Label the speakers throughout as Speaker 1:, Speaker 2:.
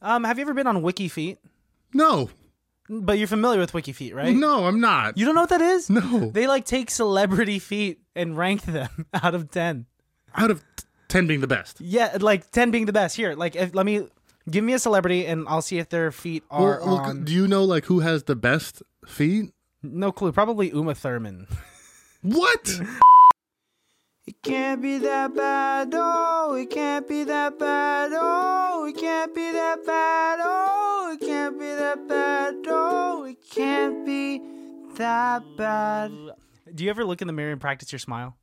Speaker 1: Um, have you ever been on Wiki Feet?
Speaker 2: No,
Speaker 1: But you're familiar with Wiki Feet, right?
Speaker 2: no, I'm not.
Speaker 1: You don't know what that is?
Speaker 2: No.
Speaker 1: They like take celebrity feet and rank them out of 10.
Speaker 2: Out of t- ten being the best.
Speaker 1: Yeah, like 10 being the best. Here, like if, let me give me a celebrity and I'll see if their feet are
Speaker 2: Well, well,
Speaker 1: on.
Speaker 2: do you know like who has the best feet?
Speaker 1: No clue. Probably Uma Thurman.
Speaker 2: What?
Speaker 1: It can't be that bad, oh, it can't be that bad, oh, it can't be that bad, oh, it can't be that bad, oh, it can't be that bad. Do you ever look in the mirror and practice your smile?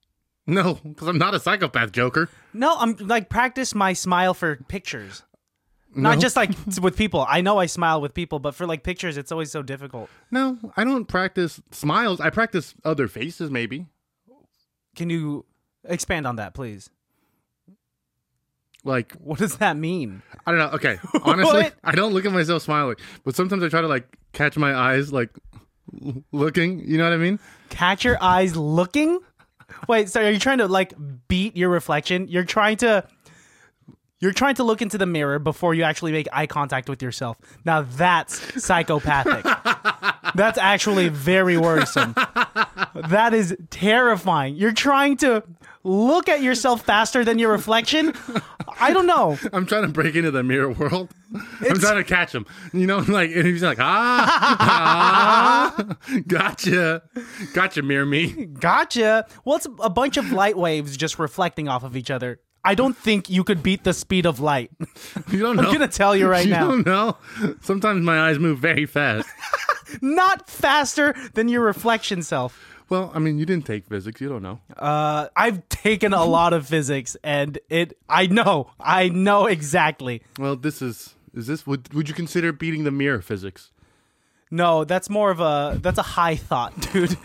Speaker 2: No, because I'm not a psychopath, Joker.
Speaker 1: No, I'm like practice my smile for pictures. Not
Speaker 2: No.
Speaker 1: just like with people. I know I smile with people, but for like pictures, it's always so difficult.
Speaker 2: No, I don't practice smiles. I practice other faces, maybe.
Speaker 1: Can you expand on that, please?
Speaker 2: Like
Speaker 1: What does that mean?
Speaker 2: I don't know. Okay, honestly,
Speaker 1: What?
Speaker 2: I don't look at myself smiling, but sometimes I try to like catch my eyes like l- looking. You know what I mean?
Speaker 1: catch your eyes looking wait so are you trying to like beat your reflection you're trying to you're trying to look into the mirror before you actually make eye contact with yourself now that's psychopathic that's actually very worrisome that is terrifying you're trying to look at yourself faster than your reflection i don't know
Speaker 2: I'm trying to break into the mirror world. I'm trying to catch him. You know, like and he's like, ah, ah gotcha, gotcha, mirror me.
Speaker 1: Gotcha. Well, it's a bunch of light waves just reflecting off of each other. I don't think you could beat the speed of light.
Speaker 2: You don't know.
Speaker 1: gonna tell you right now.
Speaker 2: You don't know. Sometimes my eyes move very fast.
Speaker 1: Not faster than your reflection self.
Speaker 2: well, I mean, you didn't take physics. You don't know.
Speaker 1: Uh, I've taken a lot of physics, and it. I know. I know exactly.
Speaker 2: Well, this is is this would would you consider beating the mirror physics?
Speaker 1: No, that's more of a. That's a high thought, dude.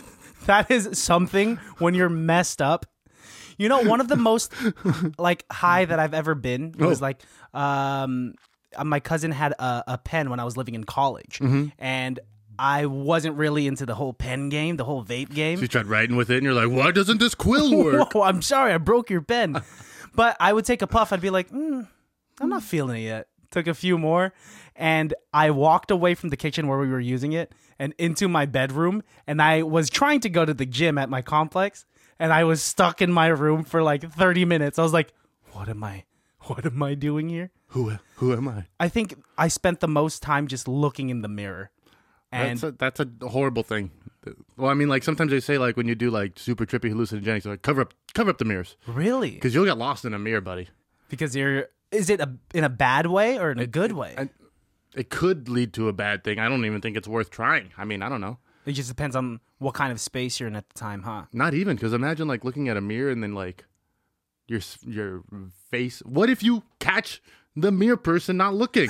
Speaker 1: That is something when you're messed up. You know, one of the most like high that I've ever been was like um uh, my cousin had a, a pen when I was living in college and I wasn't really into the whole pen game, the whole vape game.
Speaker 2: You tried writing with it, and you're like, why doesn't this quill work?
Speaker 1: Whoa, I'm sorry, I broke your pen. but I would take a puff. I'd be like, mm, I'm not feeling it yet. Took a few more, and I walked away from the kitchen where we were using it and into my bedroom. And I was trying to go to the gym at my complex, and I was stuck in my room for like 30 minutes. I was like, what am I? What am I doing here?
Speaker 2: who who am I?
Speaker 1: I think I spent the most time just looking in the mirror. And
Speaker 2: That's a, that's a horrible thing. Well, I mean, like sometimes they say like when you do like super trippy hallucinogenics, they're like cover up cover up the mirrors
Speaker 1: really,
Speaker 2: because you'll get lost in a mirror, buddy.
Speaker 1: because you're, is it a, in a bad way or in a good way?
Speaker 2: I- It could lead to a bad thing. I don't even think it's worth trying. I mean, I don't know.
Speaker 1: It just depends on what kind of space you're in at the time, huh?
Speaker 2: Not even because imagine like looking at a mirror and then like your s- your face. What if you catch the mirror person not looking?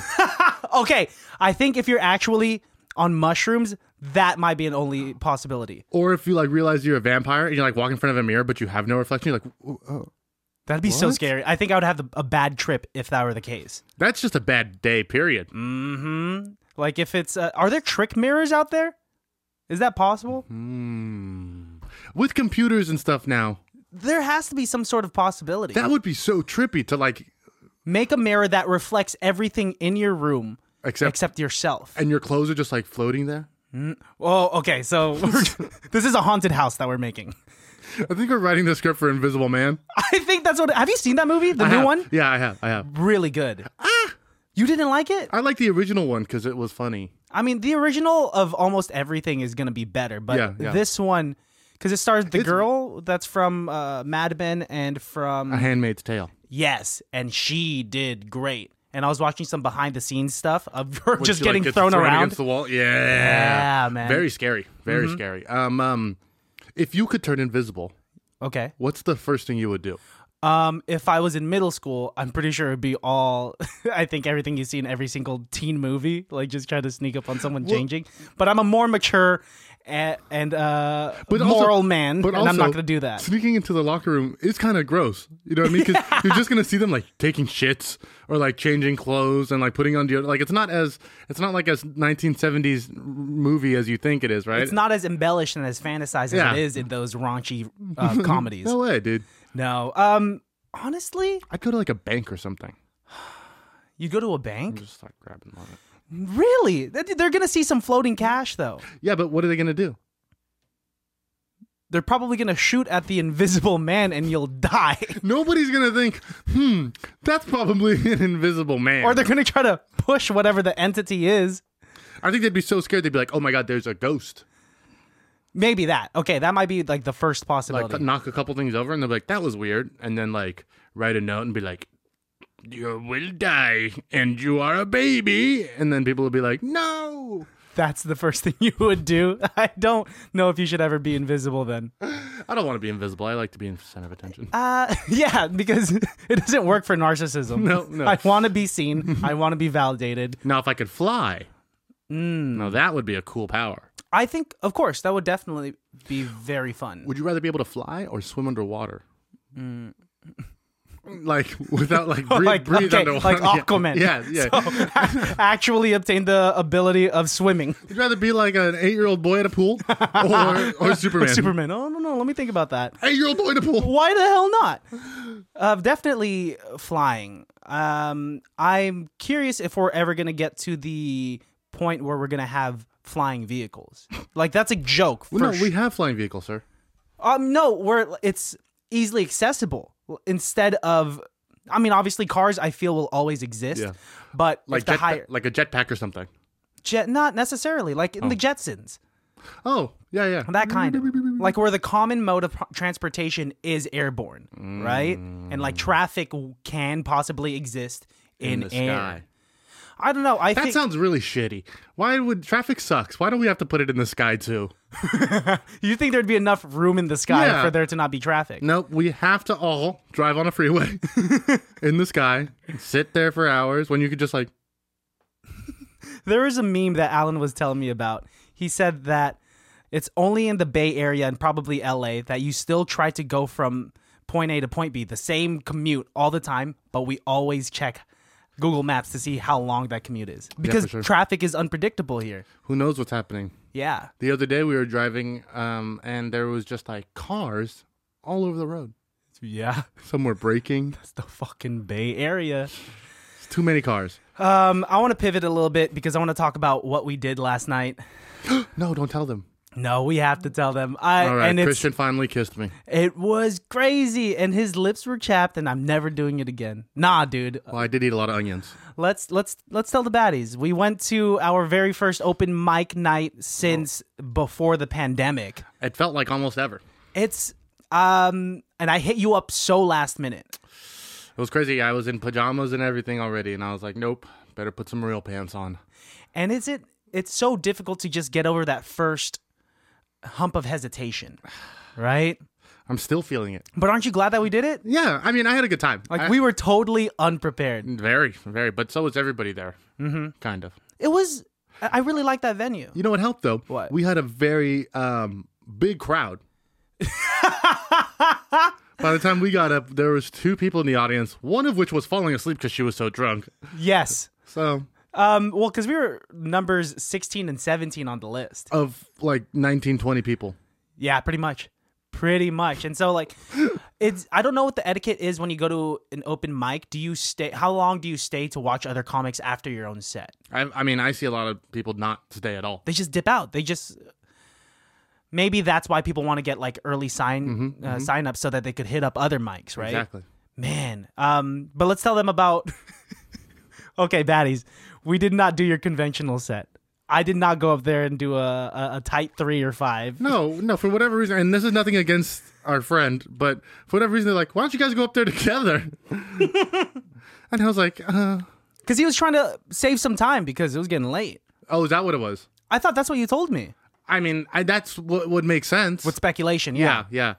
Speaker 1: Okay, I think if you're actually on mushrooms, that might be an only possibility.
Speaker 2: or if you like realize you're a vampire and you're like walking in front of a mirror but you have no reflection, you're like, "Oh, oh.
Speaker 1: That'd be so scary. I think I would have the, a bad trip if that were the case.
Speaker 2: that's just a bad day. Period.
Speaker 1: Mm-hmm. Like if it's, uh, are there trick mirrors out there? Is that possible?
Speaker 2: Mm-hmm.
Speaker 1: Mm.
Speaker 2: With computers and stuff now,
Speaker 1: There has to be some sort of possibility.
Speaker 2: that would be so trippy to like
Speaker 1: Make a mirror that reflects everything in your room
Speaker 2: Except,
Speaker 1: except yourself.
Speaker 2: and your clothes are just like floating there.
Speaker 1: Oh, okay. So we're- this is a haunted house that we're making.
Speaker 2: I think we're writing the script for Invisible Man.
Speaker 1: I think that's what. Have you seen that movie, the
Speaker 2: I
Speaker 1: new
Speaker 2: have.
Speaker 1: one?
Speaker 2: Yeah, I have. I have.
Speaker 1: Really good.
Speaker 2: Ah!
Speaker 1: You didn't like it?
Speaker 2: I like the original one because it was funny.
Speaker 1: I mean, the original of almost everything is going to be better, but
Speaker 2: Yeah, yeah.
Speaker 1: this one because it stars the
Speaker 2: It's-
Speaker 1: girl that's from uh, Mad Men and from
Speaker 2: A Handmaid's Tale.
Speaker 1: Yes, and she did great. And I was watching some behind the scenes stuff of her
Speaker 2: When
Speaker 1: just
Speaker 2: she, like,
Speaker 1: getting
Speaker 2: gets
Speaker 1: thrown, around.
Speaker 2: against the wall. Yeah.
Speaker 1: Yeah, Mm-hmm. man.
Speaker 2: Very scary. Very scary. Um, um, if you could turn invisible,
Speaker 1: okay.
Speaker 2: what's the first thing you would do?
Speaker 1: Um, if I was in middle school, I'm pretty sure it'd be all. I think everything you see in every single teen movie, like just trying to sneak up on someone changing. But I'm a more mature and, and uh,
Speaker 2: also-
Speaker 1: moral man,
Speaker 2: but
Speaker 1: and I'm not
Speaker 2: also,
Speaker 1: going to do that.
Speaker 2: Sneaking into the locker room is kind of gross. You know what I mean? Because you're just gonna see them like taking shits or like changing clothes and like putting on deodorant. Like it's not as it's not like a 1970s r- movie as you think it is, right?
Speaker 1: It's not as embellished and as fantasized
Speaker 2: Yeah.
Speaker 1: as it is in those raunchy uh, comedies.
Speaker 2: No way, dude.
Speaker 1: No. Um. Honestly,
Speaker 2: I'd go to like a bank or something.
Speaker 1: You go to a bank?
Speaker 2: Just start grabbing on it.
Speaker 1: Really? Th- They're going to see some floating cash, though.
Speaker 2: Yeah, but what are they gonna do?
Speaker 1: They're probably going to shoot at the invisible man and you'll die.
Speaker 2: Nobody's gonna think, hmm, that's probably an invisible man.
Speaker 1: or they're going to try to push whatever the entity is.
Speaker 2: I think they'd be so scared they'd be like, oh my god, there's a ghost.
Speaker 1: Maybe that. Okay, that might be like the first
Speaker 2: Like
Speaker 1: possibility.
Speaker 2: knock a couple things over and they'll be like, that was weird, and then like write a note and be like, you will die and you are a baby, and then people will be like, no.
Speaker 1: That's the first thing you would do. I don't know if you should ever be invisible then.
Speaker 2: I don't want to be invisible. I like to be in the center of attention.
Speaker 1: Uh, yeah, because it doesn't work for narcissism.
Speaker 2: No, no.
Speaker 1: I want to be seen. I want to be validated.
Speaker 2: Now, if I could fly, now that would be a cool power.
Speaker 1: I think, of course, that would definitely be very fun.
Speaker 2: Would you rather be able to fly or swim underwater? Like without like breathe,
Speaker 1: Mm. like
Speaker 2: breathe
Speaker 1: okay,
Speaker 2: underwater,
Speaker 1: like Aquaman.
Speaker 2: Yeah, yeah. yeah.
Speaker 1: So, actually obtain the ability of swimming.
Speaker 2: Would you rather be like an eight-year-old boy at a pool or, or Superman?
Speaker 1: Superman. Oh no, no. Let me think about that.
Speaker 2: Eight-year-old boy at a pool.
Speaker 1: Why the hell not? Uh, definitely flying. Um, I'm curious if we're ever gonna get to the point where we're gonna have flying vehicles. Like that's a joke. For
Speaker 2: No,
Speaker 1: sh-
Speaker 2: we have flying vehicles, sir.
Speaker 1: Um, no, where it's easily accessible instead of. I mean, obviously, cars I feel will always exist,
Speaker 2: Yeah.
Speaker 1: but like
Speaker 2: Like
Speaker 1: the
Speaker 2: jet,
Speaker 1: higher
Speaker 2: like a jetpack or something.
Speaker 1: jet, not necessarily like in the Jetsons,
Speaker 2: Oh, yeah, yeah.
Speaker 1: that kind of like where the common mode of pro- transportation is airborne, right? And like traffic w- can possibly exist in,
Speaker 2: Mm. the
Speaker 1: air.
Speaker 2: sky.
Speaker 1: I don't know. I
Speaker 2: That
Speaker 1: think
Speaker 2: sounds really shitty. Why would traffic sucks? Why do we have to put it in the sky too?
Speaker 1: you think there'd be enough room in the sky
Speaker 2: Yeah.
Speaker 1: for there to not be traffic.
Speaker 2: Nope, we have to all drive on a freeway in the sky, sit there for hours when you could just like
Speaker 1: There was a meme that Alan was telling me about. He said that it's only in the Bay Area and probably LA that you still try to go from point A to point B, the same commute all the time, but we always check Google Maps to see how long that commute is because
Speaker 2: sure.
Speaker 1: traffic is unpredictable here.
Speaker 2: who knows what's happening.
Speaker 1: Yeah.
Speaker 2: The other day we were driving, um, and there was just like cars all over the road.
Speaker 1: Yeah.
Speaker 2: Some were braking.
Speaker 1: It's the fucking Bay Area.
Speaker 2: It's too many cars.
Speaker 1: Um, I want to pivot a little bit because I want to talk about what we did last night.
Speaker 2: No, don't tell them.
Speaker 1: No, we have to tell them. I
Speaker 2: All right,
Speaker 1: and it's
Speaker 2: Christian finally kissed me.
Speaker 1: It was crazy, and his lips were chapped, and I'm never doing it again. Nah, dude.
Speaker 2: Well, I did eat a lot of onions.
Speaker 1: Let's let's let's tell the baddies. We went to our very first open mic night since before the pandemic.
Speaker 2: It felt like almost ever.
Speaker 1: It's um, and I hit you up so last minute.
Speaker 2: It was crazy. I was in pajamas and everything already, and I was like, nope, better put some real pants on.
Speaker 1: And is it? It's so difficult to just get over that first hump of hesitation, right?
Speaker 2: I'm still feeling it.
Speaker 1: But aren't you glad that we did it?
Speaker 2: Yeah, I mean, I had a good time.
Speaker 1: Like
Speaker 2: I-
Speaker 1: we were totally unprepared.
Speaker 2: very, very, but so was everybody there. Mm-hmm. Kind of.
Speaker 1: It was. I I really liked that venue.
Speaker 2: You know what helped though?
Speaker 1: What?
Speaker 2: We had a very um, big crowd. By the time we got up, there was two people in the audience, one of which was falling asleep because she was so drunk.
Speaker 1: Yes.
Speaker 2: So
Speaker 1: Um, well, because we were numbers 16 and 17 on the list.
Speaker 2: of like 19, 20 people.
Speaker 1: Yeah, pretty much. Pretty much. And so, like, it's, I don't know what the etiquette is when you go to an open mic. Do you stay, how long do you stay to watch other comics after your own set?
Speaker 2: I, I mean, I see a lot of people not stay at all.
Speaker 1: They just dip out. They just, maybe that's why people want to get like early sign, uh, sign up so that they could hit up other mics, right?
Speaker 2: Mm-hmm, Exactly.
Speaker 1: Man. Um, but let's tell them about, okay, baddies, we did not do your conventional set. I did not go up there and do a, a, a tight three or five.
Speaker 2: No, no, for whatever reason, and this is nothing against our friend, but for whatever reason, they're like, why don't you guys go up there together? and I was like, uh,
Speaker 1: Because he was trying to save some time because it was getting late.
Speaker 2: oh, is that what it was?
Speaker 1: I thought that's what you told me.
Speaker 2: I mean, I, that's what would make sense.
Speaker 1: With speculation, yeah.
Speaker 2: yeah, yeah.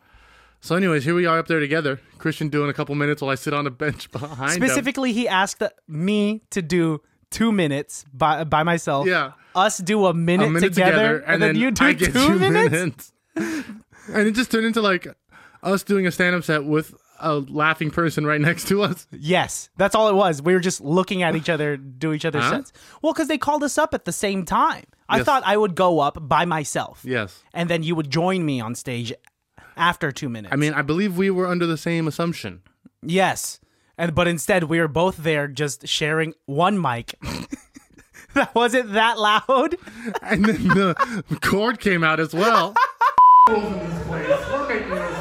Speaker 2: So, anyways, here we are up there together. Christian doing a couple minutes while I sit on a bench behind him.
Speaker 1: Specifically, he asked me to do two minutes by by myself.
Speaker 2: Yeah.
Speaker 1: Us do a minute,
Speaker 2: A minute
Speaker 1: together,
Speaker 2: together,
Speaker 1: and, then, you do
Speaker 2: I
Speaker 1: two,
Speaker 2: get two
Speaker 1: minutes?
Speaker 2: and it just turned into like us doing a stand-up set with a laughing person right next to us.
Speaker 1: Yes, that's all it was. We were just looking at each other, do each other's
Speaker 2: Huh?
Speaker 1: sets. Well, because they called us up at the same time. I
Speaker 2: Yes.
Speaker 1: thought I would go up by myself.
Speaker 2: Yes.
Speaker 1: And then you would join me on stage after two minutes.
Speaker 2: I mean, I believe we were under the same assumption.
Speaker 1: Yes. and but instead we were both there just sharing one mic. that wasn't that loud.
Speaker 2: and then the cord came out as well.
Speaker 3: We're making rules.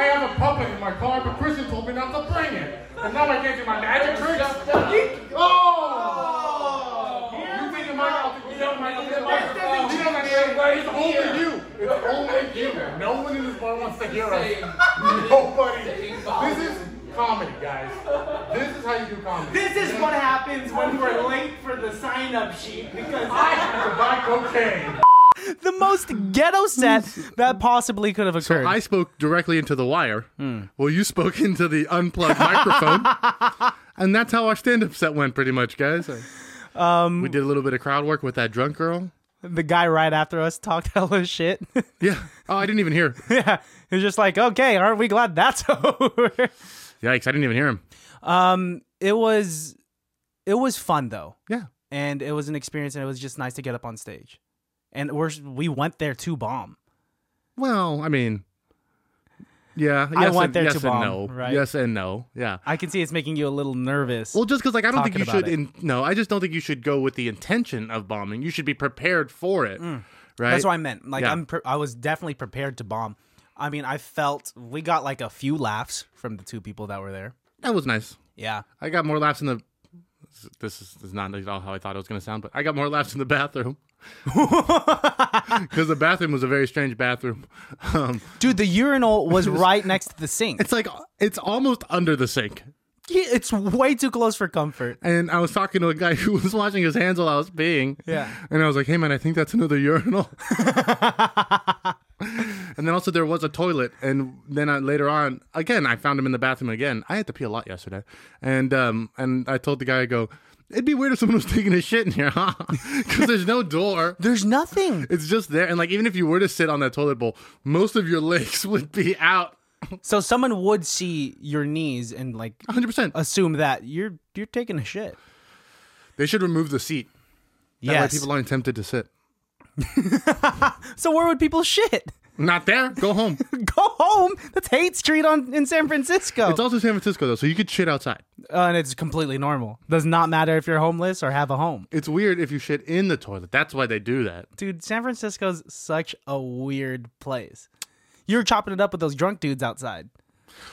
Speaker 3: I have a puppet in my car, but Christian told me not to bring it. And now I can't do my magic tricks. Oh! You think the mic- you don't like the microphone. You don't like it. It's only you. It's only you. No one in this bar wants to hear us. Nobody. This is comedy, guys. This is how you do comedy.
Speaker 4: This is what happens when we're late for the sign up sheet because
Speaker 3: I have to buy cocaine.
Speaker 1: The most ghetto set that possibly could have occurred.
Speaker 2: I spoke directly into the wire.
Speaker 1: Hmm.
Speaker 2: Well, you spoke into the unplugged microphone. And that's how our stand up set went, pretty much, guys. Um, we did a little bit of crowd work with that drunk girl.
Speaker 1: the guy right after us talked hella shit.
Speaker 2: Yeah. Oh, I didn't even hear.
Speaker 1: yeah. He was just like, okay, aren't we glad that's over? Um,
Speaker 2: Yikes, I didn't even hear him.
Speaker 1: it was it was fun though.
Speaker 2: Yeah.
Speaker 1: And it was an experience and it was just nice to get up on stage. And we're we went there to bomb.
Speaker 2: Well, I mean, yeah. Yes
Speaker 1: I went
Speaker 2: and,
Speaker 1: there
Speaker 2: yes
Speaker 1: to
Speaker 2: and
Speaker 1: bomb,
Speaker 2: no.
Speaker 1: right?
Speaker 2: Yes and no. Yeah.
Speaker 1: I can see it's making you a little nervous.
Speaker 2: Well, just because like I don't think
Speaker 1: Talking
Speaker 2: you should.
Speaker 1: about it.
Speaker 2: In, no, I just don't think you should go with the intention of bombing. You should be prepared for it, right?
Speaker 1: Mm. That's what I meant. Like
Speaker 2: Yeah.
Speaker 1: I'm, pre- I was definitely prepared to bomb. I mean, I felt we got like a few laughs from the two people that were there.
Speaker 2: that was nice.
Speaker 1: Yeah,
Speaker 2: I got more laughs in the. This is, this is not at all how I thought it was going to sound, but I got more laughs in the bathroom. Because the bathroom was a very strange bathroom. Um,
Speaker 1: dude, the urinal was right next to the sink.
Speaker 2: it's like it's almost under the sink.
Speaker 1: Yeah, It's way too close for comfort.
Speaker 2: And I was talking to a guy who was washing his hands while I was peeing.
Speaker 1: Yeah.
Speaker 2: And I was like, "Hey man, I think that's another urinal." and then also there was a toilet. And then I, later on, again, I found him in the bathroom again. I had to pee a lot yesterday, and um, and I told the guy, I go, "It'd be weird if someone was taking a shit in here, huh? Because there's no door."
Speaker 1: There's nothing.
Speaker 2: It's just there, and like even if you were to sit on that toilet bowl, most of your legs would be out.
Speaker 1: So someone would see your knees and like
Speaker 2: 100. percent
Speaker 1: assume that you're you're taking a shit.
Speaker 2: They should remove the seat. That
Speaker 1: Yes.
Speaker 2: way people aren't tempted to sit.
Speaker 1: so where would people shit?
Speaker 2: Not there. Go home.
Speaker 1: Go home. That's Hate Street on in San Francisco,
Speaker 2: It's also San Francisco though, so you could shit outside.
Speaker 1: Uh, and it's completely normal. Does not matter if you're homeless or have a home.
Speaker 2: It's weird if you shit in the toilet. That's why they do that.
Speaker 1: dude, San Francisco's such a weird place. You're chopping it up with those drunk dudes outside.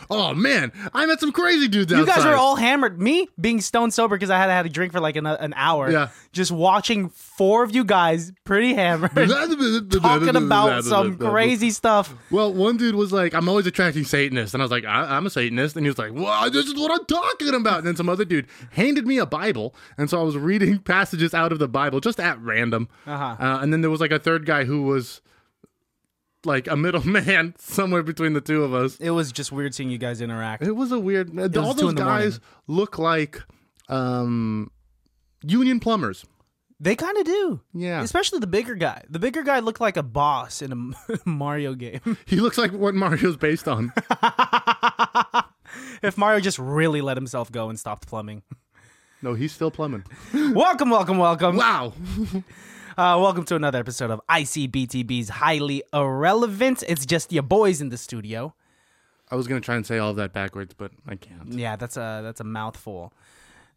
Speaker 2: Oh man, I met some crazy dudes
Speaker 1: You
Speaker 2: outside.
Speaker 1: guys were all hammered. Me being stone sober because I had had a drink for like an, an hour.
Speaker 2: Yeah.
Speaker 1: Just watching four of you guys pretty hammered talking about some crazy stuff.
Speaker 2: Well, one dude was like, "I'm always attracting Satanists," and I was like, I- "I'm a Satanist," and he was like, "Wow, this is what I'm talking about." And then some other dude handed me a Bible, and so I was reading passages out of the Bible just at random.
Speaker 1: Uh-huh.
Speaker 2: Uh, and then there was like a third guy who was like a middleman somewhere between the two of us.
Speaker 1: It was just weird seeing you guys interact.
Speaker 2: It was a weird. all
Speaker 1: was two
Speaker 2: those
Speaker 1: in the
Speaker 2: guys look like um, union plumbers.
Speaker 1: They kind of do.
Speaker 2: Yeah.
Speaker 1: Especially the bigger guy. The bigger guy looked like a boss in a Mario game.
Speaker 2: He looks like what Mario's based on.
Speaker 1: if Mario just really let himself go and stopped plumbing.
Speaker 2: no, he's still plumbing.
Speaker 1: welcome, welcome, welcome.
Speaker 2: Wow.
Speaker 1: Uh, welcome to another episode of ICBTB's Highly Irrelevant. It's just your boys in the studio.
Speaker 2: I was gonna try and say all of that backwards, but I can't.
Speaker 1: Yeah, that's a that's a mouthful.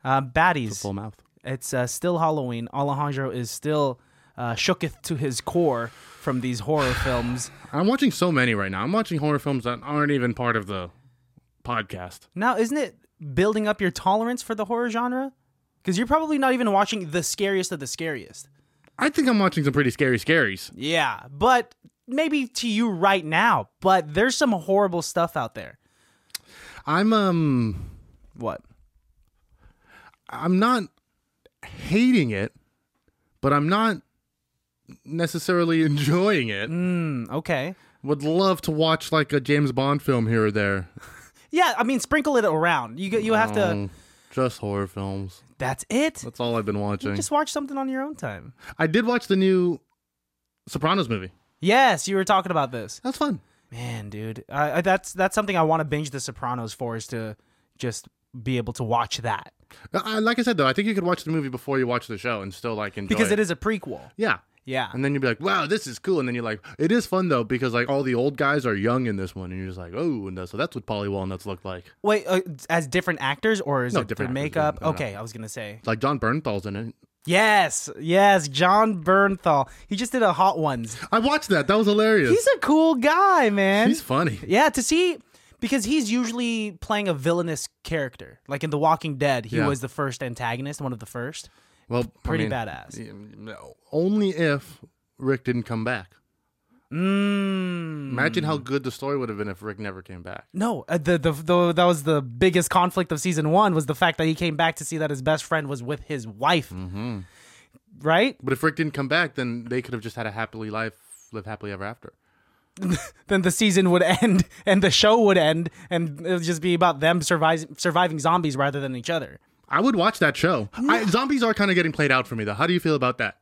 Speaker 1: Uh, baddies.
Speaker 2: Full mouth.
Speaker 1: It's uh, still Halloween. Alejandro is still uh, shooketh to his core from these horror films.
Speaker 2: I'm watching so many right now. I'm watching horror films that aren't even part of the podcast.
Speaker 1: Now, isn't it building up your tolerance for the horror genre? Because you're probably not even watching the scariest of the scariest.
Speaker 2: I think I'm watching some pretty scary scaries.
Speaker 1: Yeah, but maybe to you right now. But there's some horrible stuff out there.
Speaker 2: I'm um
Speaker 1: What?
Speaker 2: I'm not hating it, but I'm not necessarily enjoying it.
Speaker 1: Mm, Okay.
Speaker 2: Would love to watch like a James Bond film here or there.
Speaker 1: Yeah, I mean, sprinkle it around. You get, you have to.
Speaker 2: Um, just horror films.
Speaker 1: That's it.
Speaker 2: That's all I've been watching.
Speaker 1: Just watch something on your own time.
Speaker 2: I did watch the new Sopranos movie.
Speaker 1: Yes, you were talking about this,
Speaker 2: That's fun.
Speaker 1: man, dude. I I- that's that's something I want to binge The Sopranos for is to just be able to watch that
Speaker 2: Uh, I, I- like I said though, I think you could watch the movie before you watch the show and still like enjoy
Speaker 1: because
Speaker 2: it.
Speaker 1: it is a prequel.
Speaker 2: yeah.
Speaker 1: Yeah.
Speaker 2: And then you'd be like, wow, this is cool. And then you're like, it is fun though, because like all the old guys are young in this one. And you're just like, oh, and that's- so that's what Polly Walnuts looked like.
Speaker 1: Wait, uh, as different actors or is
Speaker 2: No,
Speaker 1: it
Speaker 2: different
Speaker 1: through
Speaker 2: actors, yeah.
Speaker 1: makeup?
Speaker 2: No, no.
Speaker 1: okay, I was gonna say
Speaker 2: It's like John Bernthal's in it.
Speaker 1: yes, yes. John Bernthal. He just did a Hot Ones.
Speaker 2: I watched that. That was hilarious.
Speaker 1: He's a cool guy, man.
Speaker 2: He's funny.
Speaker 1: yeah, to see because he's usually playing a villainous character. Like in The Walking Dead, he
Speaker 2: Yeah.
Speaker 1: was the first antagonist, one of the first.
Speaker 2: Well,
Speaker 1: Pretty
Speaker 2: I mean,
Speaker 1: badass.
Speaker 2: no, Only if Rick didn't come back.
Speaker 1: Mm.
Speaker 2: Imagine how good the story would have been if Rick never came back.
Speaker 1: No, uh, the, the the that was the biggest conflict of season one was the fact that he came back to see that his best friend was with his wife,
Speaker 2: Mm-hmm.
Speaker 1: right?
Speaker 2: But if Rick didn't come back, then they could have just had a happily life, live happily ever after.
Speaker 1: Then the season would end and the show would end, and it would just be about them surviving surviving zombies rather than each other.
Speaker 2: I would watch that show. I, zombies are kind of getting played out for me, though. How do you feel about that?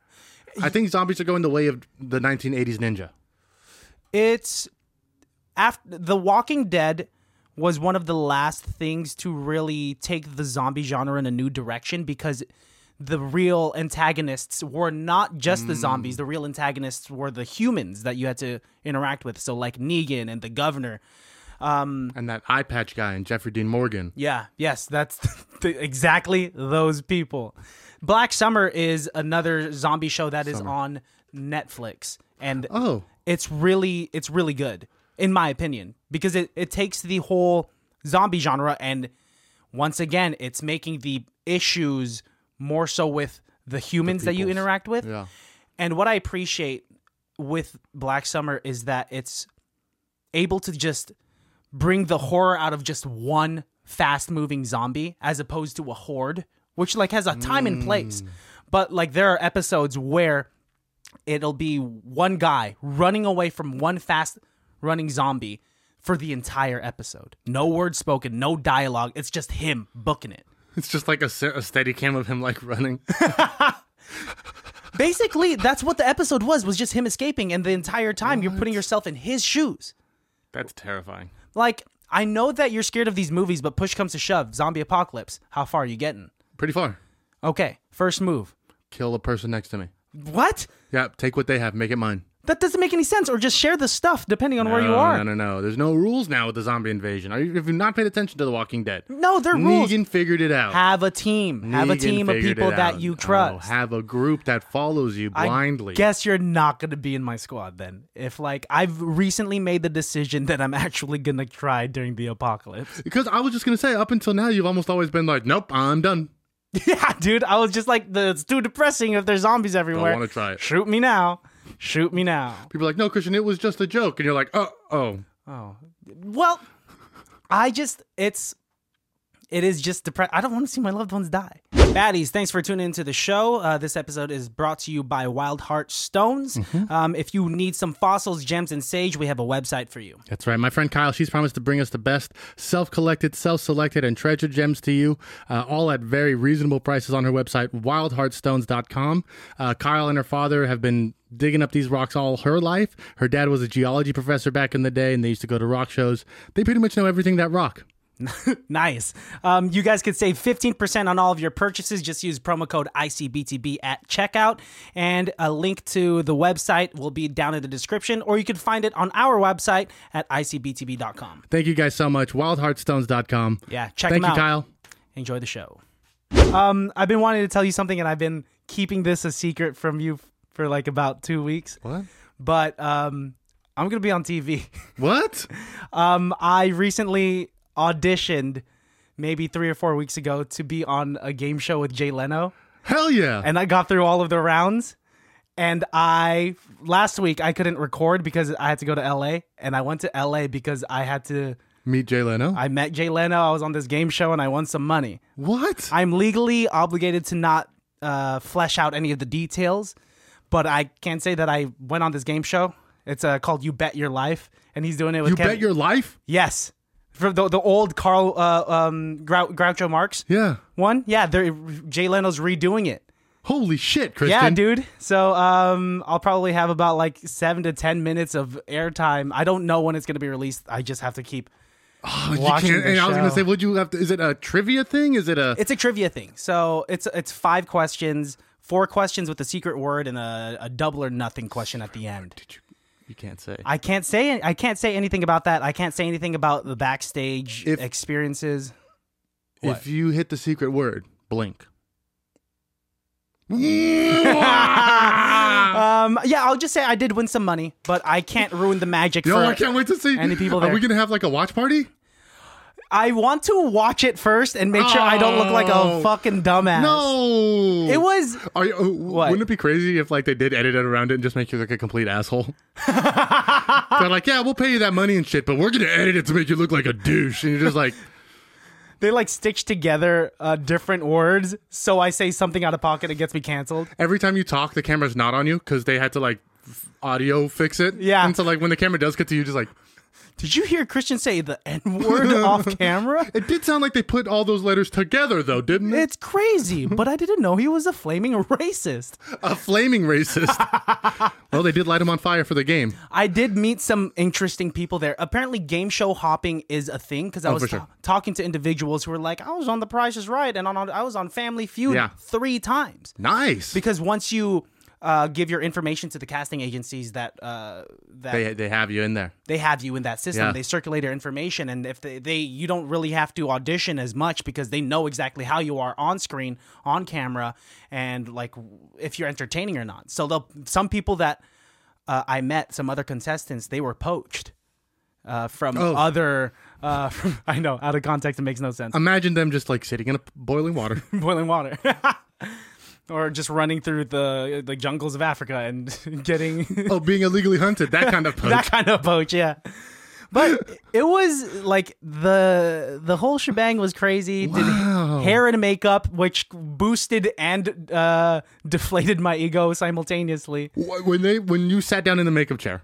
Speaker 2: I think zombies are going the way of the 1980s ninja.
Speaker 1: It's after The Walking Dead was one of the last things to really take the zombie genre in a new direction because the real antagonists were not just the zombies the real antagonists were the humans that you had to interact with so like negan and the governor
Speaker 2: And that eye patch guy and Jeffrey Dean Morgan.
Speaker 1: yeah yes that's the, exactly those people black summer is another zombie show that is on netflix and
Speaker 2: Oh,
Speaker 1: it's really it's really good in my opinion because it, it takes the whole zombie genre and once again it's making the issues more so with the humans that you
Speaker 2: peoples.
Speaker 1: interact with
Speaker 2: yeah.
Speaker 1: and what i appreciate with black summer is that it's able to just bring the horror out of just one fast moving zombie as opposed to a horde which like has a time and place but like there are episodes where it'll be one guy running away from one fast running zombie for the entire episode. No words spoken, no dialogue. It's just him booking it.
Speaker 2: It's just like a, se- a steady cam of him like running.
Speaker 1: Basically, that's what the episode was, was just him escaping and the entire time you're putting yourself in his shoes.
Speaker 2: That's terrifying.
Speaker 1: Like, I know that you're scared of these movies, but push comes to shove, zombie apocalypse. How far are you getting?
Speaker 2: Pretty far.
Speaker 1: Okay, first move.
Speaker 2: Kill the person next to me.
Speaker 1: What?
Speaker 2: Yeah, take what they have, make it mine.
Speaker 1: That doesn't make any sense or just share the stuff depending on where you
Speaker 2: No,
Speaker 1: are.
Speaker 2: No, no, no. There's no rules now with the zombie invasion. Are you, have you not paid attention to The Walking Dead?
Speaker 1: No, they're rules.
Speaker 2: Negan figured it out.
Speaker 1: Have a team. have a
Speaker 2: Negan
Speaker 1: team of
Speaker 2: figured
Speaker 1: people
Speaker 2: it
Speaker 1: that
Speaker 2: out.
Speaker 1: you
Speaker 2: Oh,
Speaker 1: trust.
Speaker 2: have a group that follows you
Speaker 1: I
Speaker 2: blindly.
Speaker 1: guess you're not going to be in my squad then. If like I've recently made the decision that I'm actually going to try during the apocalypse.
Speaker 2: because I was just gonna say, up until now, you've almost always been like, "Nope, I'm done."
Speaker 1: yeah, dude, I was just like the, it's too depressing if there's zombies everywhere.
Speaker 2: wanna try it.
Speaker 1: Shoot me now. Shoot me now.
Speaker 2: People are like, "No, Christian, it was just a joke," and you're like, "Oh, oh."
Speaker 1: Well, I just it's it is just depressed. I don't want to see my loved ones die. Baddies, thanks for tuning into the show. Uh, this episode is brought to you by Wild Heart Stones. Um, if you need some fossils, gems, and sage, we have a website for you.
Speaker 2: That's right. My friend Kyle, she's promised to bring us the best self collected, self selected, and treasure gems to you, uh, all at very reasonable prices on her website, wildheartstones.com. Uh, Kyle and her father have been digging up these rocks all her life. Her dad was a geology professor back in the day, and they used to go to rock shows. They pretty much know everything that rock.
Speaker 1: Nice. Um, you guys could save 15% on all of your purchases. Just use promo code ICBTB at checkout. And a link to the website will be down in the description, or you can find it on our website at ICBTB.com.
Speaker 2: Thank you guys so much. Wildheartstones.com.
Speaker 1: Yeah, check
Speaker 2: Thank
Speaker 1: them
Speaker 2: you,
Speaker 1: out.
Speaker 2: Kyle.
Speaker 1: Enjoy the show. Um, I've been wanting to tell you something, and I've been keeping this a secret from you for like about two weeks.
Speaker 2: What?
Speaker 1: But um, I'm going to be on TV.
Speaker 2: What?
Speaker 1: Um, I recently auditioned maybe three or four weeks ago to be on a game show with Jay Leno,
Speaker 2: Hell yeah.
Speaker 1: and I got through all of the rounds. And I last week I couldn't record because I had to go to LA, and I went to LA because I had to.
Speaker 2: Meet Jay Leno.
Speaker 1: I met Jay Leno. I was on this game show, and I won some money.
Speaker 2: what?
Speaker 1: I'm legally obligated to not uh, flesh out any of the details, but I can say that I went on this game show. It's uh, called "You Bet Your Life," and he's doing it with
Speaker 2: you
Speaker 1: Kevin.
Speaker 2: bet your life?
Speaker 1: Yes. From the, the old Carl uh, um, Grou- Groucho Marx
Speaker 2: Yeah.
Speaker 1: one. Yeah, they're, Jay Leno's redoing it.
Speaker 2: Holy shit, Christian.
Speaker 1: Yeah, dude. So um, I'll probably have about like seven to 10 minutes of airtime. I don't know when it's going to be released. I just have to keep.
Speaker 2: Oh, you
Speaker 1: watching
Speaker 2: can't-
Speaker 1: the
Speaker 2: and I was gonna
Speaker 1: show.
Speaker 2: say, would you have to? Is it a trivia thing? Is it a?
Speaker 1: It's a trivia thing. So it's, it's five questions four questions with a secret word and a, a double or nothing question at the end.
Speaker 2: Did you, you can't say.
Speaker 1: I can't say I can't say anything about that. I can't say anything about the backstage
Speaker 2: If-
Speaker 1: experiences.
Speaker 2: if you hit the secret word, blink. Ah!
Speaker 1: Um, yeah, I'll just say I did win some money, but I can't ruin the magic.
Speaker 2: Yo,
Speaker 1: for,
Speaker 2: I can't wait to see.
Speaker 1: any people
Speaker 2: Are we
Speaker 1: there.
Speaker 2: gonna have like a watch party?
Speaker 1: I want to watch it first and make sure I don't look like a
Speaker 2: Oh.
Speaker 1: fucking dumbass.
Speaker 2: No.
Speaker 1: it was
Speaker 2: Are you, oh, Wouldn't it be crazy if like they did edit it around it and just make you look like a complete asshole? They're like, yeah, we'll pay you that money and shit, but we're gonna edit it to make you look like a douche, and you're just like,
Speaker 1: they like stitch together uh, different words, so I say something out of pocket, it gets me canceled.
Speaker 2: every time you talk, the camera's not on you because they had to like f- audio fix it.
Speaker 1: Yeah.
Speaker 2: and so like when the camera does get to you, just like
Speaker 1: Did you hear Christian say the N word off camera?
Speaker 2: it did sound like they put all those letters together though, didn't it?
Speaker 1: It's crazy, but I didn't know he was a flaming racist.
Speaker 2: a flaming racist. well, they did light him on fire for the game.
Speaker 1: I did meet some interesting people there. Apparently, game show hopping is a thing because I was
Speaker 2: for sure.
Speaker 1: ta- talking to individuals who were like, "I was on The Price Is Right" and on, on I was on Family Feud
Speaker 2: Yeah.
Speaker 1: three times
Speaker 2: Nice.
Speaker 1: because once you uh, give your information to the casting agencies that uh, that
Speaker 2: they they have you in there.
Speaker 1: they have you in that system.
Speaker 2: Yeah.
Speaker 1: They circulate your information, and if they, they you don't really have to audition as much because they know exactly how you are on screen, on camera, and like w- if you're entertaining or not. So they'll some people that uh, I met, some other contestants, they were poached uh, from
Speaker 2: Oh.
Speaker 1: other. Uh, from, I know out of context it makes no sense.
Speaker 2: Imagine them just like sitting in a p- boiling water.
Speaker 1: Boiling water. Or just running through the the jungles of Africa and getting
Speaker 2: oh, being illegally hunted. That kind of poach.
Speaker 1: that kind of poach, yeah. But it was like the the whole shebang was crazy.
Speaker 2: Wow.
Speaker 1: Did hair and makeup, which boosted and uh, deflated my ego simultaneously.
Speaker 2: Wh- when they when you sat down in the makeup chair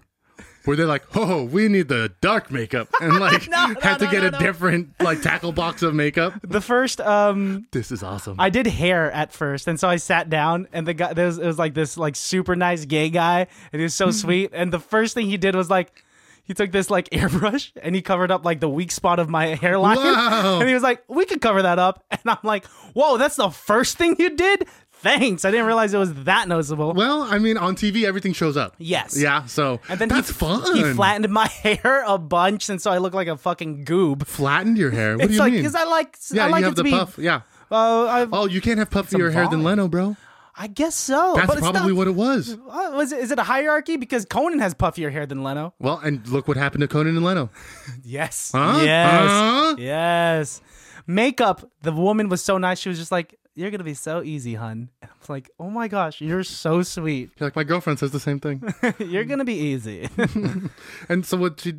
Speaker 2: were they like oh we need the dark makeup and like
Speaker 1: No, no,
Speaker 2: have to
Speaker 1: no,
Speaker 2: get
Speaker 1: no,
Speaker 2: a
Speaker 1: no.
Speaker 2: different like tackle box of makeup
Speaker 1: The first, um,
Speaker 2: this is awesome
Speaker 1: I did hair at first, and so I sat down, and the guy there was, it was like this like super nice gay guy, and he was so
Speaker 2: Mm-hmm.
Speaker 1: sweet. And the first thing he did was like. He took this like airbrush and he covered up like the weak spot of my hairline.
Speaker 2: Wow.
Speaker 1: And he was like, "We could cover that up." And I'm like, "Whoa, that's the first thing you did? Thanks. I didn't realize it was that noticeable."
Speaker 2: well i mean on tv everything shows up
Speaker 1: Yes.
Speaker 2: yeah so
Speaker 1: and then
Speaker 2: that's
Speaker 1: he,
Speaker 2: fun
Speaker 1: He flattened my hair a bunch, and so I look like a fucking goob.
Speaker 2: flattened your hair what do
Speaker 1: it's
Speaker 2: you
Speaker 1: like
Speaker 2: mean
Speaker 1: because I like
Speaker 2: yeah
Speaker 1: I like
Speaker 2: you
Speaker 1: it
Speaker 2: have
Speaker 1: to
Speaker 2: the
Speaker 1: be.
Speaker 2: puff yeah
Speaker 1: Uh, I,
Speaker 2: oh you can't have puffier
Speaker 1: Some
Speaker 2: hair
Speaker 1: volume.
Speaker 2: than leno bro
Speaker 1: I guess so.
Speaker 2: that's
Speaker 1: but it's
Speaker 2: probably
Speaker 1: not,
Speaker 2: what it was
Speaker 1: Uh, was it, is it a hierarchy? Because Conan has puffier hair than Leno.
Speaker 2: well and look what happened to conan and leno
Speaker 1: Yes.
Speaker 2: Huh?
Speaker 1: Yes.
Speaker 2: Huh?
Speaker 1: Yes. Makeup. The woman was so nice. She was just like, "You're gonna be so easy, hun." And I was like, "Oh my gosh, you're so sweet.
Speaker 2: You're like my girlfriend says the same thing
Speaker 1: You're gonna be easy."
Speaker 2: and so what she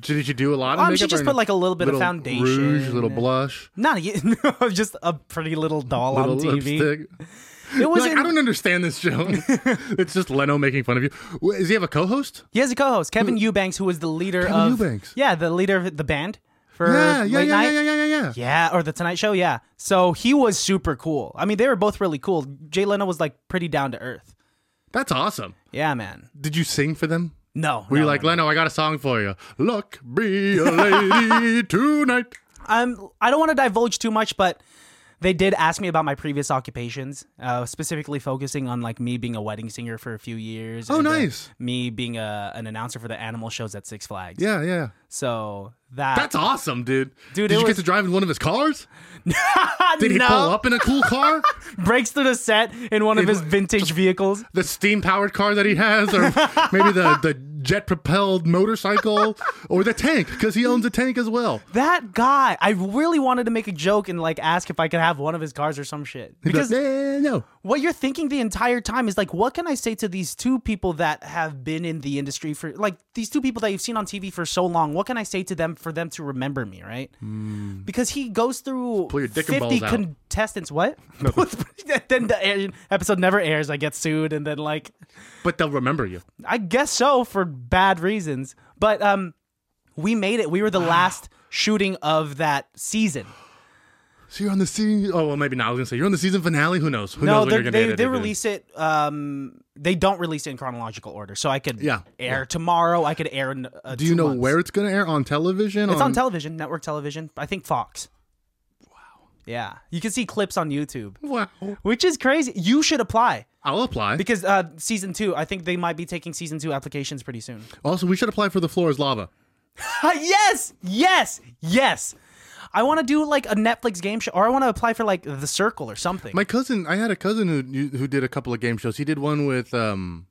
Speaker 2: did you do a lot of
Speaker 1: um,
Speaker 2: makeup
Speaker 1: she just
Speaker 2: or
Speaker 1: put like a little bit
Speaker 2: little
Speaker 1: of foundation,
Speaker 2: rouge little blush
Speaker 1: Not just a pretty little doll
Speaker 2: little
Speaker 1: on TV.
Speaker 2: lipstick
Speaker 1: It was.
Speaker 2: Like,
Speaker 1: in-
Speaker 2: I don't understand this show. it's just Leno making fun of you. Wh- Does he have a co-host?
Speaker 1: He has a co-host, Kevin Eubanks, who was the leader
Speaker 2: Hmm. Kevin
Speaker 1: of
Speaker 2: Eubanks.
Speaker 1: Yeah, the leader of the band for
Speaker 2: Yeah, yeah,
Speaker 1: late
Speaker 2: yeah,
Speaker 1: night.
Speaker 2: yeah, yeah, yeah, yeah, yeah.
Speaker 1: Yeah, or the Tonight Show. Yeah, so he was super cool. I mean, they were both really cool. Jay Leno was like pretty down to earth.
Speaker 2: That's awesome.
Speaker 1: Yeah, man.
Speaker 2: Did you sing for them?
Speaker 1: No,
Speaker 2: Were
Speaker 1: no,
Speaker 2: you like
Speaker 1: no, no.
Speaker 2: Leno? I got a song for you. Look, be a lady tonight.
Speaker 1: Um, I don't want to divulge too much, but they did ask me about my previous occupations, uh, specifically focusing on like me being a wedding singer for a few years.
Speaker 2: Oh,
Speaker 1: and, uh,
Speaker 2: nice.
Speaker 1: me being a, an announcer for the animal shows at Six Flags.
Speaker 2: Yeah, yeah, yeah.
Speaker 1: So that
Speaker 2: That's awesome, dude.
Speaker 1: Dude,
Speaker 2: did
Speaker 1: it
Speaker 2: you
Speaker 1: was-
Speaker 2: get to drive in one of his cars? Did he
Speaker 1: no.
Speaker 2: pull up in a cool car?
Speaker 1: breaks through the set in one of his vintage vehicles.
Speaker 2: the steam-powered car that he has, or maybe the the jet-propelled motorcycle, or the tank because he owns a tank as well.
Speaker 1: That guy, I really wanted to make a joke and like ask if I could have one of his cars or some shit.
Speaker 2: He's like,
Speaker 1: Because
Speaker 2: "Eh, no,
Speaker 1: what you're thinking the entire time is like, what can I say to these two people that have been in the industry for like these two people that you've seen on TV for so long? What can I say to them for them to remember me, right? Because he goes through
Speaker 2: Hmm. Pull your dick
Speaker 1: 50
Speaker 2: and balls out.
Speaker 1: contestants. What? then the air- episode never airs. I get sued, and then like
Speaker 2: but they'll remember you.
Speaker 1: I guess so for bad reasons. But um we made it. We were the last shooting of that season.
Speaker 2: So you're on the season. Oh well, maybe not. I was gonna say you're on the season finale. Who knows? Who knows
Speaker 1: No,
Speaker 2: when
Speaker 1: they're-
Speaker 2: you're gonna
Speaker 1: they
Speaker 2: edit
Speaker 1: they
Speaker 2: it in.
Speaker 1: release it um they don't release it in chronological order. So I could
Speaker 2: Yeah,
Speaker 1: air tomorrow, I could air in uh,
Speaker 2: Do you know where it's gonna air on television?
Speaker 1: it's on television, network television. I think Fox. Wow. Yeah, you can see clips on YouTube,
Speaker 2: Wow.
Speaker 1: which is crazy. You should apply
Speaker 2: I'll apply.
Speaker 1: because uh, season two. I think they might be taking season two applications pretty soon.
Speaker 2: also, we should apply for the floor is lava.
Speaker 1: yes, yes, yes. I want to do like a Netflix game show, or I want to apply for like The Circle or something.
Speaker 2: My cousin, I had a cousin who who did a couple of game shows. He did one with um,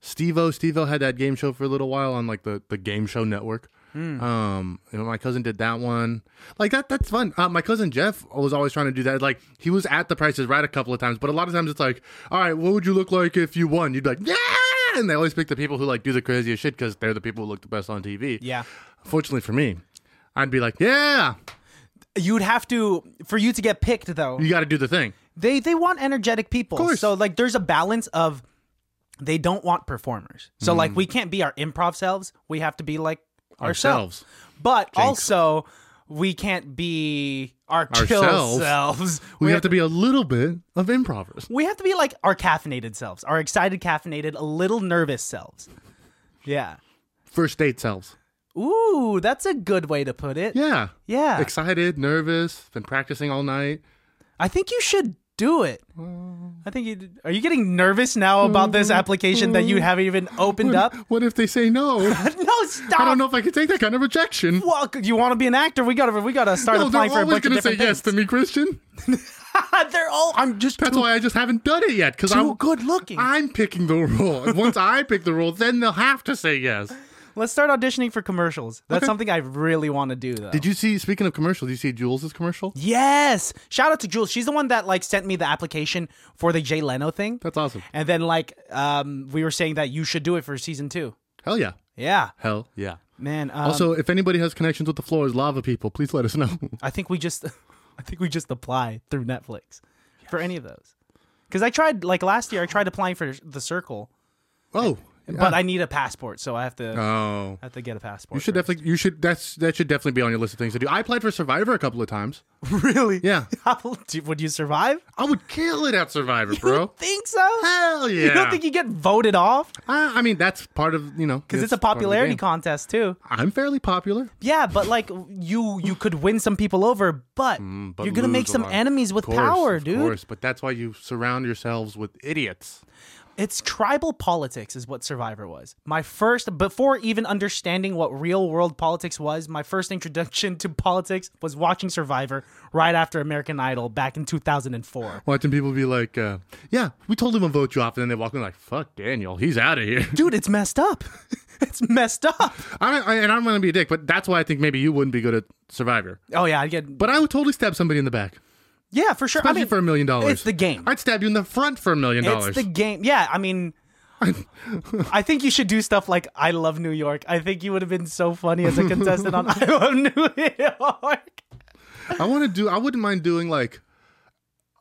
Speaker 2: Steve-O. Steve-O had that game show for a little while on like the, the game show network.
Speaker 1: Hmm.
Speaker 2: Um, you know, my cousin did that one. Like that, that's fun. Uh, my cousin Jeff was always trying to do that. Like he was at the prices right a couple of times, but a lot of times it's like, all right, what would you look like if you won? You'd be like, yeah. And they always pick the people who like do the craziest shit because they're the people who look the best on TV.
Speaker 1: yeah,
Speaker 2: Fortunately for me, I'd be like, yeah,
Speaker 1: you'd have to for you to get picked though.
Speaker 2: you got to do the thing.
Speaker 1: they they want energetic people.
Speaker 2: course.
Speaker 1: So like there's a balance of they don't want performers. So like we can't be our improv selves. We have to be like ourselves.
Speaker 2: Ourselves.
Speaker 1: But also we can't be our chill
Speaker 2: Ourselves?
Speaker 1: selves.
Speaker 2: We, have to be a little bit of improvers.
Speaker 1: we have to be like our caffeinated selves, our excited caffeinated, a little nervous selves. Yeah.
Speaker 2: First date selves.
Speaker 1: Ooh, that's a good way to put it.
Speaker 2: Yeah.
Speaker 1: Yeah.
Speaker 2: Excited, nervous, been practicing all night.
Speaker 1: I think you should do it. I think you are you getting nervous now about
Speaker 2: Mm-hmm.
Speaker 1: this application that you haven't even opened up?
Speaker 2: What if they say no? I
Speaker 1: No, stop.
Speaker 2: don't know if I can take that kind of rejection.
Speaker 1: Well, c- you want to be an actor? We gotta, we gotta start
Speaker 2: No, they're
Speaker 1: applying for a
Speaker 2: always
Speaker 1: bunch of
Speaker 2: going to say
Speaker 1: different
Speaker 2: yes to
Speaker 1: things.
Speaker 2: me, Christian.
Speaker 1: They're all. I'm just
Speaker 2: That's
Speaker 1: too,
Speaker 2: why I just haven't done it yet because
Speaker 1: too
Speaker 2: I'm
Speaker 1: good looking.
Speaker 2: I'm picking the role. Once I pick the role, then they'll have to say yes.
Speaker 1: Let's start auditioning for commercials. That's something I really want to do, though.
Speaker 2: Did you see? Speaking of commercials, did you see Jules' commercial?
Speaker 1: Yes. Shout out to Jules. She's the one that like sent me the application for the Jay Leno thing.
Speaker 2: That's awesome.
Speaker 1: and then like um, we were saying that you should do it for season two.
Speaker 2: Hell yeah.
Speaker 1: Yeah,
Speaker 2: Hell yeah.
Speaker 1: man. Um,
Speaker 2: Also, if anybody has connections with the floor is lava people, please let us know.
Speaker 1: I think we just, I think we just apply through Netflix for any of those. Because I tried like last year, I tried applying for the Circle,
Speaker 2: oh,
Speaker 1: but I need a passport, so I have to.
Speaker 2: oh.
Speaker 1: I have to get a passport.
Speaker 2: You should
Speaker 1: first.
Speaker 2: definitely. You should. That's that should definitely be on your list of things to do. I applied for Survivor a couple of times.
Speaker 1: Really?
Speaker 2: Yeah.
Speaker 1: How- do- Would you survive?
Speaker 2: I would kill it at Survivor, bro.
Speaker 1: Think so?
Speaker 2: Hell Oh. yeah.
Speaker 1: You don't think you get voted off?
Speaker 2: I, I mean, that's part of you know
Speaker 1: Because it's a
Speaker 2: part of the
Speaker 1: popularity
Speaker 2: game.
Speaker 1: contest too.
Speaker 2: I'm fairly popular.
Speaker 1: Yeah, but like you, you could win some people over, but,
Speaker 2: Mm, but
Speaker 1: you're gonna
Speaker 2: lose
Speaker 1: make
Speaker 2: a
Speaker 1: some
Speaker 2: lot.
Speaker 1: enemies with
Speaker 2: Of course,
Speaker 1: power,
Speaker 2: of
Speaker 1: dude.
Speaker 2: course, but that's why you surround yourselves with idiots.
Speaker 1: It's tribal politics, is what Survivor was. My first, before even understanding what real world politics was, my first introduction to politics was watching Survivor right after American Idol back in 2004.
Speaker 2: Watching people be like, uh, "Yeah, we told him to vote you off," and then they walk in like, "Fuck Daniel, he's out of here."
Speaker 1: Dude, it's messed up. it's messed up.
Speaker 2: I, I and I'm gonna be a dick, but that's why I think maybe you wouldn't be good at Survivor.
Speaker 1: Oh yeah, I get.
Speaker 2: But I would totally stab somebody in the back,
Speaker 1: Yeah, for sure. I
Speaker 2: especially
Speaker 1: mean,
Speaker 2: for a million dollars.
Speaker 1: It's the game.
Speaker 2: I'd stab you in the front for a million
Speaker 1: It's
Speaker 2: dollars.
Speaker 1: the game. Yeah, I mean, I think you should do stuff like "I love New York." I think you would have been so funny as a contestant on "I Love New York."
Speaker 2: I want to do. I wouldn't mind doing like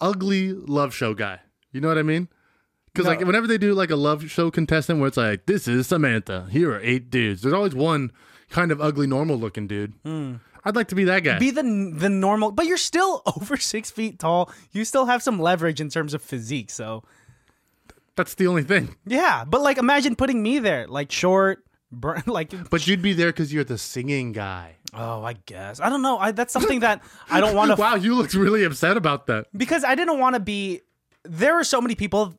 Speaker 2: ugly love show guy. You know what I mean? Because like whenever they do like a love show contestant where it's like, this is Samantha. Here are eight dudes. There's always one kind of ugly, normal looking dude. I'd like to Hmm. be that guy.
Speaker 1: Be the the normal, but you're still over six feet tall. You still have some leverage in terms of physique. So
Speaker 2: That's the only thing.
Speaker 1: yeah, but like imagine putting me there, like short, br- like
Speaker 2: But you'd be there because you're the singing guy.
Speaker 1: oh, I guess I don't know. I, that's something that I don't want to
Speaker 2: wow, you looked really upset about that.
Speaker 1: because I didn't want to be. There are so many people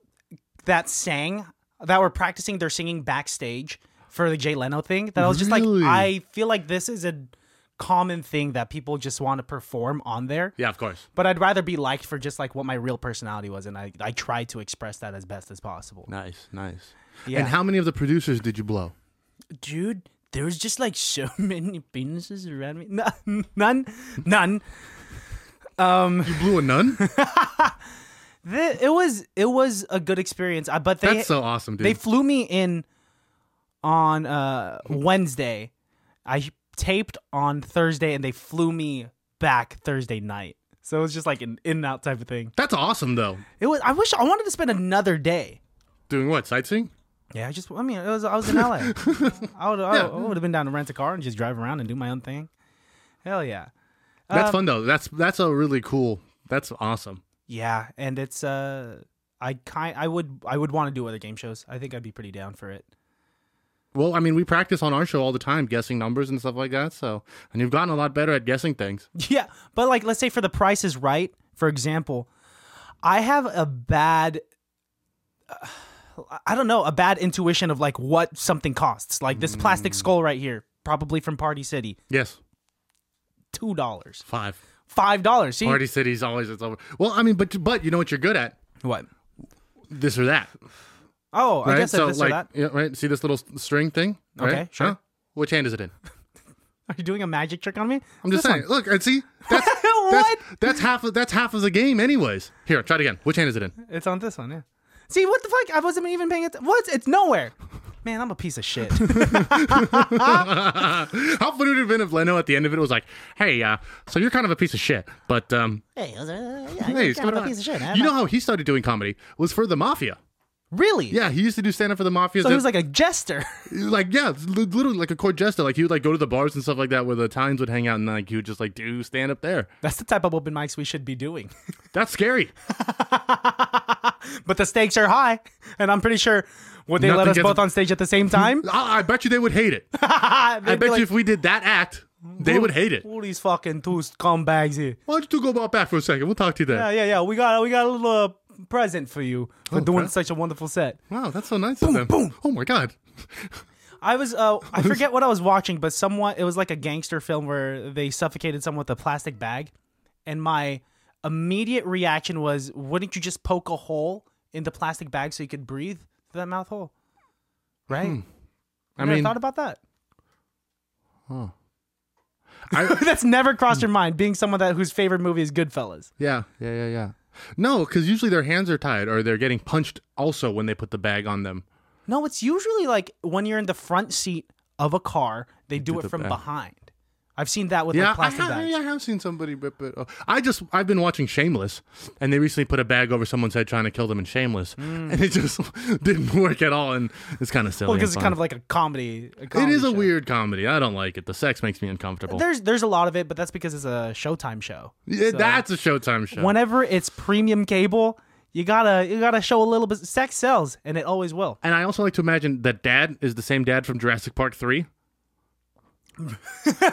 Speaker 1: that sang that were practicing their singing backstage for the Jay Leno thing that I was just
Speaker 2: Really?
Speaker 1: like, I feel like this is a common thing that people just want to perform on there.
Speaker 2: Yeah, of course.
Speaker 1: But I'd rather be liked for just like what my real personality was, and I I tried to express that as best as possible.
Speaker 2: Nice, nice.
Speaker 1: Yeah.
Speaker 2: And how many of the producers did you blow?
Speaker 1: Dude, there was just like so many penises around me. None, none, none.
Speaker 2: You blew a nun?
Speaker 1: Th- It was it was a good experience. I but they
Speaker 2: That's so awesome, dude.
Speaker 1: They flew me in on uh, Wednesday. I taped on Thursday, and they flew me back Thursday night. So it was just like an in and out type of thing.
Speaker 2: That's awesome though.
Speaker 1: It was. I wish I wanted to spend another day.
Speaker 2: Doing what? Sightseeing?
Speaker 1: Yeah, I just. I mean, it was. I was in LA. I would. I
Speaker 2: Yeah.
Speaker 1: would have been down to rent a car and just drive around and do my own thing. Hell yeah.
Speaker 2: That's
Speaker 1: Um,
Speaker 2: fun though. That's that's a really cool. That's awesome.
Speaker 1: Yeah, and it's. uh I kind. I would. I would want to do other game shows. I think I'd be pretty down for it.
Speaker 2: Well, I mean, we practice on our show all the time guessing numbers and stuff like that. So, and you've gotten a lot better at guessing things.
Speaker 1: Yeah, but like let's say for the price is right, for example, I have a bad uh, I don't know, a bad intuition of like what something costs. Like this
Speaker 2: Mm.
Speaker 1: plastic skull right here, probably from Party City,
Speaker 2: Yes,
Speaker 1: $2, $5.
Speaker 2: five.
Speaker 1: See?
Speaker 2: Party City's always it's over. Well, I mean, but but you know what you're good at
Speaker 1: What?
Speaker 2: this or that,
Speaker 1: Oh,
Speaker 2: right?
Speaker 1: I guess I
Speaker 2: so
Speaker 1: this or that.
Speaker 2: like, yeah, right? See this little s- string thing? Right?
Speaker 1: Okay, sure.
Speaker 2: Huh? Which hand is it in?
Speaker 1: Are you doing a magic trick on me?
Speaker 2: I'm just saying. Look, and see that's
Speaker 1: what?
Speaker 2: that's, that's half of that's half of the game, anyways. Here, try it again. Which hand is it in?
Speaker 1: It's on this one, yeah. See, what the fuck? I wasn't even paying attention. What? It's nowhere. Man, I'm a piece of shit.
Speaker 2: How funny would it have been if Leno at the end of it was like, "Hey, uh, so you're kind of a piece of shit, but um,
Speaker 1: hey, I was, uh, yeah,
Speaker 2: hey,
Speaker 1: I'm
Speaker 2: it's going
Speaker 1: kind of a
Speaker 2: on."
Speaker 1: piece of shit.
Speaker 2: You know how he started doing comedy was for the mafia.
Speaker 1: really?
Speaker 2: Yeah, he used to do stand up for the mafia.
Speaker 1: So he was like a jester.
Speaker 2: like yeah, it's li- literally like a court jester. Like he would like go to the bars and stuff like that where the Italians would hang out, and like he would just like do stand up there.
Speaker 1: That's the type of open mics we should be doing.
Speaker 2: That's scary.
Speaker 1: but the stakes are high, and I'm pretty sure would they let
Speaker 2: Nothing
Speaker 1: us
Speaker 2: gets-
Speaker 1: both on stage at the same time? Ah,
Speaker 2: I, I bet you they would hate it. I
Speaker 1: I
Speaker 2: bet you if we did that act, they would hate it.
Speaker 1: All these fucking two scumbags here.
Speaker 2: Why don't you two go back for a second? We'll talk to you then.
Speaker 1: Yeah, yeah, yeah. We got we got a little uh, present for you for
Speaker 2: Oh,
Speaker 1: doing
Speaker 2: crap.
Speaker 1: such a wonderful set.
Speaker 2: Wow, that's so nice of them.
Speaker 1: boom.
Speaker 2: Oh my god.
Speaker 1: I was uh, I forget what I was watching, but someone it was like a gangster film where they suffocated someone with a plastic bag, and my immediate reaction was, wouldn't you just poke a hole in the plastic bag so you could breathe through that mouth hole? Right.
Speaker 2: Hmm. I
Speaker 1: never
Speaker 2: mean,
Speaker 1: thought about that.
Speaker 2: I, Hmm.
Speaker 1: That's never crossed your mind, being someone that whose favorite movie is Goodfellas.
Speaker 2: yeah, yeah, yeah, yeah. No, because usually their hands are tied or they're getting punched also when they put the bag on them.
Speaker 1: No, it's usually like when you're in the front seat of a car, they do
Speaker 2: the
Speaker 1: it from
Speaker 2: back.
Speaker 1: behind. I've seen that with
Speaker 2: Yeah,
Speaker 1: like plastic
Speaker 2: I, have,
Speaker 1: bags.
Speaker 2: yeah, I have seen somebody rip it. Oh, I just I've been watching Shameless, and they recently put a bag over someone's head trying to kill them in Shameless, and it just didn't work at all, and it's kind of silly.
Speaker 1: Mm. Well,
Speaker 2: and
Speaker 1: because it's kind
Speaker 2: fun.
Speaker 1: of like a comedy. A
Speaker 2: it
Speaker 1: comedy
Speaker 2: is a
Speaker 1: show.
Speaker 2: weird comedy. I don't like it. The sex makes me uncomfortable.
Speaker 1: There's there's a lot of it, but that's because it's a Showtime show.
Speaker 2: Yeah, that's a Showtime show.
Speaker 1: Whenever it's premium cable, you gotta you gotta show a little bit. Sex sells, and it always will.
Speaker 2: and I also like to imagine that dad is the same dad from Jurassic Park three.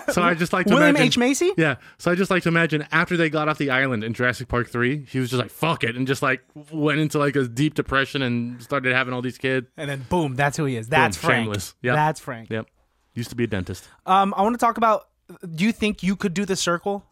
Speaker 2: so I just like to
Speaker 1: William
Speaker 2: imagine
Speaker 1: H Macy.
Speaker 2: Yeah. So I just like to imagine after they got off the island in Jurassic Park 3, he was just like, fuck it. And just like went into like a deep depression and started having all these kids.
Speaker 1: And then boom, that's who he is. That's Frank.
Speaker 2: shameless. Yep.
Speaker 1: That's Frank.
Speaker 2: Yep. Used to be a dentist.
Speaker 1: Um, I want to talk about. Do you think you could do the circle?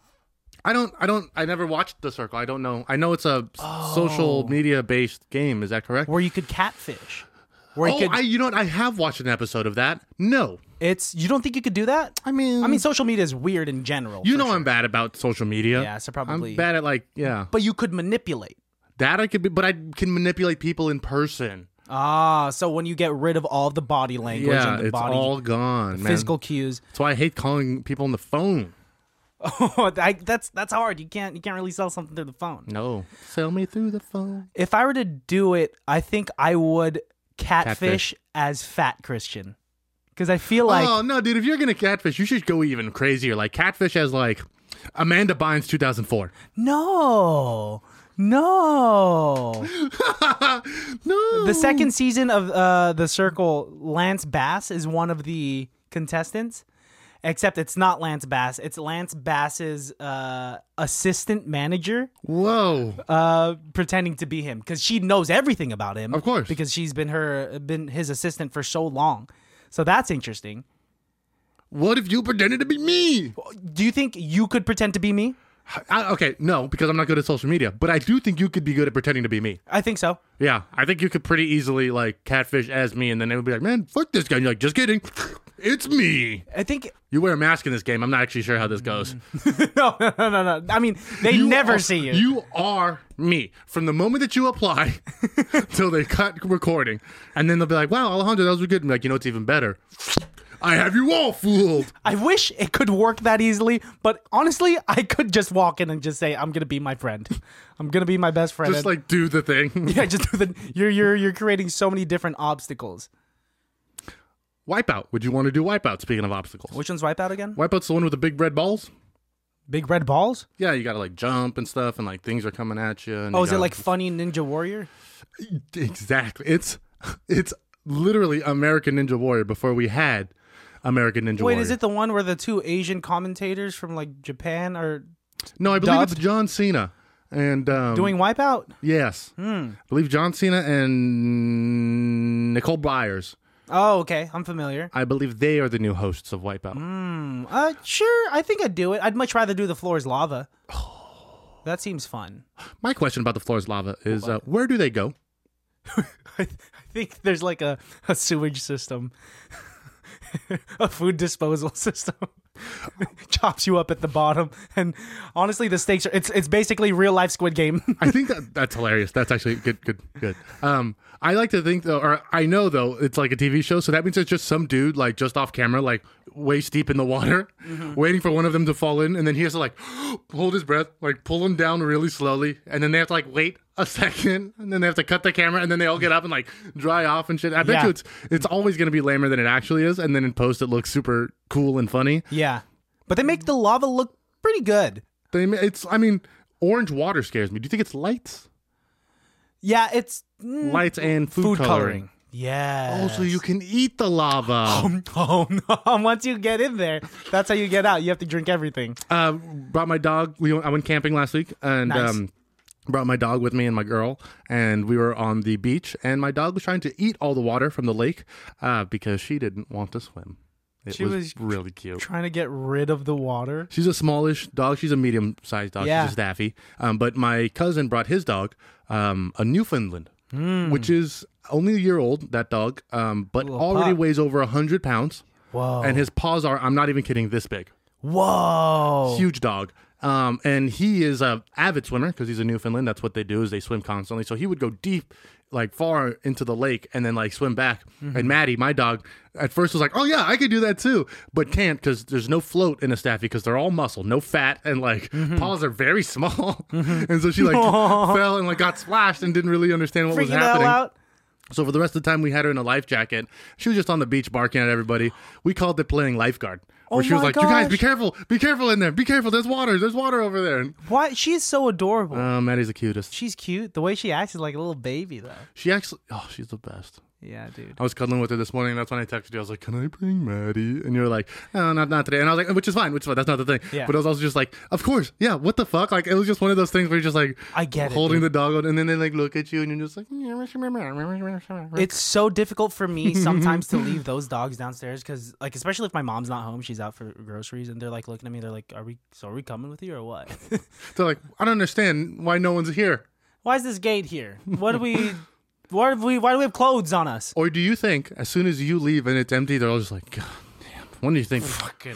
Speaker 2: I don't, I don't, I never watched The Circle. I don't know. I know it's a s-
Speaker 1: Oh.
Speaker 2: social media based game. Is that correct?
Speaker 1: where you could catfish. Where
Speaker 2: oh,
Speaker 1: you could,
Speaker 2: I, you know what? I have watched an episode of that. No.
Speaker 1: it's you don't think you could do that?
Speaker 2: I mean,
Speaker 1: I mean, social media is weird in general.
Speaker 2: you
Speaker 1: for
Speaker 2: know
Speaker 1: sure.
Speaker 2: I'm bad about social media.
Speaker 1: Yeah, so probably-
Speaker 2: I'm bad at like, yeah.
Speaker 1: but you could manipulate.
Speaker 2: That I could be, but I can manipulate people in person.
Speaker 1: Ah, so when you get rid of all the body language
Speaker 2: Yeah,
Speaker 1: and the
Speaker 2: it's
Speaker 1: body
Speaker 2: all gone, man.
Speaker 1: physical cues,
Speaker 2: That's why I hate calling people on the phone.
Speaker 1: oh, I, that's that's hard. You can't you can't really sell something through the phone.
Speaker 2: No. Sell me through the phone.
Speaker 1: If I were to do it, I think I would catfish,
Speaker 2: Catfish.
Speaker 1: as fat Christian, because I feel like
Speaker 2: oh no, dude! If you're gonna catfish, you should go even crazier. Like catfish as like Amanda Bynes 2004.
Speaker 1: no, no.
Speaker 2: No.
Speaker 1: The second season of uh, The Circle, Lance Bass is one of the contestants, except it's not Lance Bass. It's Lance Bass's uh, assistant manager
Speaker 2: Whoa.
Speaker 1: uh, pretending to be him because she knows everything about him.
Speaker 2: Of course.
Speaker 1: because she's been her been his assistant for so long. So that's interesting.
Speaker 2: What if you pretended to be me?
Speaker 1: Do you think you could pretend to be me?
Speaker 2: I, okay, no, because I'm not good at social media. But I do think you could be good at pretending to be me.
Speaker 1: I think so.
Speaker 2: Yeah, I think you could pretty easily like catfish as me, and then it would be like, man, fuck this guy. And you're like, just kidding. It's me.
Speaker 1: I think
Speaker 2: You wear a mask in this game. I'm not actually sure how this goes.
Speaker 1: no, no, no, no. I mean, they never
Speaker 2: are-
Speaker 1: see you.
Speaker 2: You are me. From the moment that you apply till they cut recording. And then they'll be like, wow, Alejandro, that was good. And like, you know, it's even better. I have you all fooled.
Speaker 1: I wish it could work that easily, but honestly, I could just walk in and just say, "I'm gonna be my friend. I'm gonna be my best friend."
Speaker 2: Just like do the thing.
Speaker 1: yeah, just do the, you're you're you're creating so many different obstacles.
Speaker 2: Wipeout. Would you want to do Wipeout? Speaking of obstacles,
Speaker 1: Which one's wipeout again?
Speaker 2: Wipeout's the one with the big red balls.
Speaker 1: Big red balls?
Speaker 2: Yeah, you gotta like jump and stuff, and like things are coming at you. And
Speaker 1: Oh,
Speaker 2: you
Speaker 1: is it
Speaker 2: gotta-
Speaker 1: like funny Ninja Warrior?
Speaker 2: exactly? It's it's literally American Ninja Warrior before we had American Ninja Warrior.
Speaker 1: Wait, is it the one where the two Asian commentators from like Japan are
Speaker 2: Mm. no, I believe it's
Speaker 1: dubbed?
Speaker 2: John Cena and um,
Speaker 1: doing Wipeout?
Speaker 2: yes, I believe John Cena and Nicole Byers.
Speaker 1: Oh, okay, I'm familiar.
Speaker 2: I believe they are the new hosts of Wipeout.
Speaker 1: Uh, sure, I think I'd do it. I'd much rather do the floor is lava. That seems fun.
Speaker 2: My question about the floor is lava is uh, where do they go?
Speaker 1: I think there's like a, a sewage system, a food disposal system. Chops you up at the bottom, and honestly, the stakes are it's it's basically real life Squid Game.
Speaker 2: I think that that's hilarious. That's actually good, good, good. Um, I like to think though, or I know though, it's like a TV show, so that means it's just some dude like just off camera, like waist deep in the water, waiting for one of them to fall in, and then he has to like hold his breath, like pull him down really slowly, and then they have to like wait a second, and then they have to cut the camera, and then they all get up and like dry off and shit. I bet
Speaker 1: Yeah.
Speaker 2: you it's it's always gonna be lamer than it actually is, and then in post it looks super cool and funny.
Speaker 1: yeah, but they make the lava look pretty good.
Speaker 2: They, it's I mean, orange water scares me. Do you think it's lights,
Speaker 1: Yeah, it's mm,
Speaker 2: lights and food,
Speaker 1: food
Speaker 2: coloring.
Speaker 1: coloring. Yeah.
Speaker 2: Oh, so you can eat the lava.
Speaker 1: Oh no! Once you get in there, that's how you get out. You have to drink everything.
Speaker 2: uh, brought my dog. We went, I went camping last week and
Speaker 1: Nice.
Speaker 2: um, brought my dog with me and my girl. And we were on the beach, and my dog was trying to eat all the water from the lake uh, because she didn't want to swim. It
Speaker 1: She was
Speaker 2: really cute.
Speaker 1: Trying to get rid of the water.
Speaker 2: She's a smallish dog. She's a medium sized dog.
Speaker 1: Yeah.
Speaker 2: She's a staffy. Um, but my cousin brought his dog, um, a Newfoundland, which is only a year old, that dog, um, but
Speaker 1: Hmm. Little
Speaker 2: already
Speaker 1: pup.
Speaker 2: weighs over 100 pounds.
Speaker 1: Whoa.
Speaker 2: And his paws are, I'm not even kidding, this big.
Speaker 1: Whoa!
Speaker 2: huge dog. Um, and he is a avid swimmer because he's a Newfoundland. That's what they do is they swim constantly. So he would go deep, like far into the lake, and then like swim back.
Speaker 1: Mm-hmm.
Speaker 2: And Maddie, my dog, at first was like, "Oh yeah, I could do that too," but can't because there's no float in a staffy because they're all muscle, no fat, and like
Speaker 1: Mm-hmm.
Speaker 2: paws are very small. and so she like fell and like got splashed and didn't really understand what was
Speaker 1: Freaking the hell
Speaker 2: happening.
Speaker 1: out.
Speaker 2: So for the rest of the time, we had her in a life jacket. She was just on the beach barking at everybody. We called it playing lifeguard,
Speaker 1: Oh
Speaker 2: where she was
Speaker 1: my
Speaker 2: like, "You guys,
Speaker 1: gosh.
Speaker 2: be careful! Be careful in there! Be careful! There's water! There's water over there!" And,
Speaker 1: Why? She's so adorable.
Speaker 2: uh, Maddie's the cutest.
Speaker 1: She's cute. The way she acts is like a little baby, though.
Speaker 2: She actually, oh, she's the best.
Speaker 1: Yeah, dude.
Speaker 2: I was cuddling with her this morning. And that's when I texted you. I was like, "Can I bring Maddie?" And you were like, "No, not not today." And I was like, "Which is fine. Which is fine. That's not the thing."
Speaker 1: Yeah.
Speaker 2: But I was also just like, "Of course, yeah. What the fuck?" Like it was just one of those things where you're just like,
Speaker 1: I get it,
Speaker 2: holding
Speaker 1: dude.
Speaker 2: the dog, on- and then they like look at you, and you're just like, "It's
Speaker 1: It's so difficult for me sometimes to leave those dogs downstairs because, like, especially if my mom's not home, she's out for groceries, and they're like looking at me. They're like, "Are we? So are we coming with you or what?
Speaker 2: They're like, "I don't understand why no one's here."
Speaker 1: Why is this gate here? What do we? Why do we? Why do we have clothes on us?
Speaker 2: Or do you think as soon as you leave and it's empty, they're all just like, God damn. When do you think?
Speaker 1: Fucking.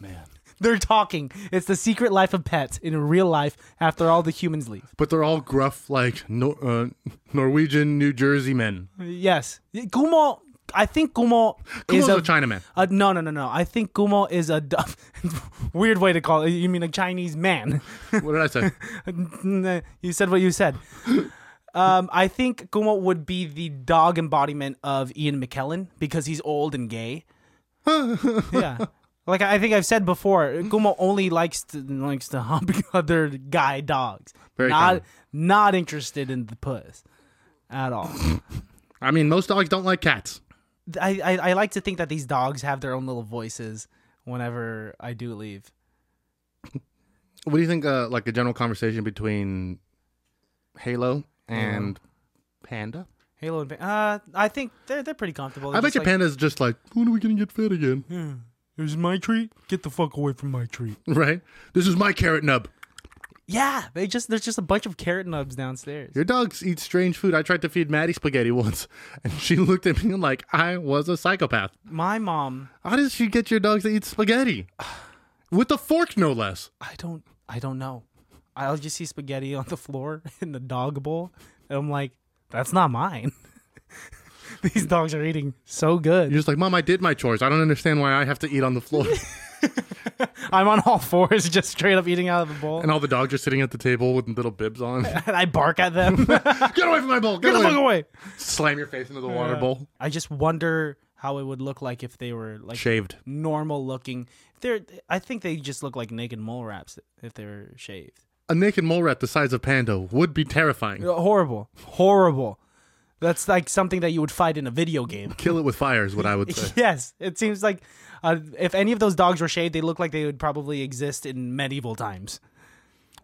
Speaker 1: Man. They're talking. It's the secret life of pets in real life after all the humans leave.
Speaker 2: But they're all gruff, like Nor- uh, Norwegian, New Jersey men.
Speaker 1: Yes. Gumo, I think Gumo
Speaker 2: Kumo's
Speaker 1: is
Speaker 2: a, Chinaman.
Speaker 1: Uh, no, no, no, no. I think Gumo is a du- weird way to call it. You mean a Chinese man?
Speaker 2: What did I say?
Speaker 1: you said what you said. Um, I think Gumo would be the dog embodiment of Ian McKellen because he's old and gay. yeah. Like I think I've said before, Gumo only likes to likes to hump other guy dogs.
Speaker 2: Very
Speaker 1: not
Speaker 2: common.
Speaker 1: not interested in the puss at all.
Speaker 2: I mean, most dogs don't like cats.
Speaker 1: I, I I like to think that these dogs have their own little voices whenever I do leave.
Speaker 2: What do you think? Uh, like a general conversation between Halo and Panda.
Speaker 1: Halo and Pan- uh, I think they're they're pretty comfortable.
Speaker 2: I bet you Panda's just like, when are we gonna get fed again?
Speaker 1: Here's my treat. Get the fuck away from my treat.
Speaker 2: Right? This is my carrot nub.
Speaker 1: Yeah, they just there's just a bunch of carrot nubs downstairs.
Speaker 2: Your dogs eat strange food. I tried to feed Maddie spaghetti once, and she looked at me like I was a psychopath.
Speaker 1: my mom,
Speaker 2: How does she get your dogs to eat spaghetti? With a fork, no less.
Speaker 1: I don't I don't know. I'll just see spaghetti on the floor in the dog bowl, and I'm like, that's not mine. These dogs are eating so
Speaker 2: You're
Speaker 1: good.
Speaker 2: just like, Mom, I did my chores. I don't understand why I have to eat on the floor.
Speaker 1: I'm on all fours, just straight up eating out of the bowl,
Speaker 2: and all the dogs are sitting at the table with little bibs on. Get
Speaker 1: and I bark at them.
Speaker 2: away from my bowl. Get,
Speaker 1: Get the
Speaker 2: away.
Speaker 1: fuck away.
Speaker 2: Slam your face into the water bowl.
Speaker 1: I just wonder how it would look like if they were like
Speaker 2: Shaved.
Speaker 1: normal looking. They're I think they just look like naked mole rats if they were shaved.
Speaker 2: A naked mole rat the size of Pando would be terrifying.
Speaker 1: Horrible. Horrible. That's like something that you would fight in a video game.
Speaker 2: Kill it with fire is what I would say.
Speaker 1: Yes, it seems like uh, if any of those dogs were shaved, they look like they would probably exist in medieval times.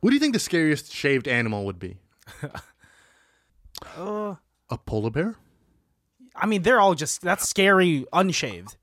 Speaker 2: What do you think the scariest shaved animal would be?
Speaker 1: Uh.
Speaker 2: a polar bear?
Speaker 1: I mean, they're all just that's scary unshaved.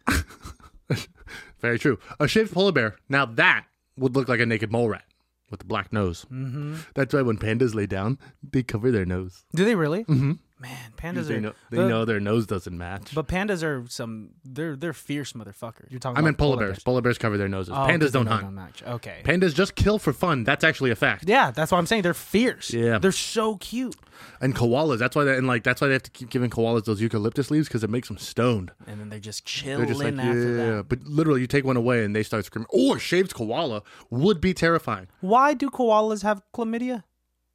Speaker 2: Very true. A shaved polar bear. Now that would look like a naked mole rat with a black nose.
Speaker 1: Mm-hmm.
Speaker 2: That's why when pandas lay down, they cover their nose.
Speaker 1: Do they really? Mm-hmm. Man, pandas
Speaker 2: They
Speaker 1: are.
Speaker 2: know, they
Speaker 1: the-
Speaker 2: know their nose doesn't match.
Speaker 1: But pandas are some. They're they're fierce motherfuckers. You're talking.
Speaker 2: I
Speaker 1: about
Speaker 2: meant polar bears. Polar bears cover their noses.
Speaker 1: Oh,
Speaker 2: pandas
Speaker 1: they
Speaker 2: don't hunt.
Speaker 1: Don't match. Okay.
Speaker 2: Pandas just kill for fun. That's actually a fact.
Speaker 1: yeah, that's what I'm saying. They're fierce.
Speaker 2: Yeah.
Speaker 1: They're so cute.
Speaker 2: And koalas. That's why they and like that's why they have to keep giving koalas those eucalyptus leaves because it makes them stoned.
Speaker 1: And then they're just chilling
Speaker 2: They're just like yeah.
Speaker 1: after that.
Speaker 2: But literally, you take one away and they start screaming. Or shaved koala would be terrifying.
Speaker 1: Why do koalas have chlamydia?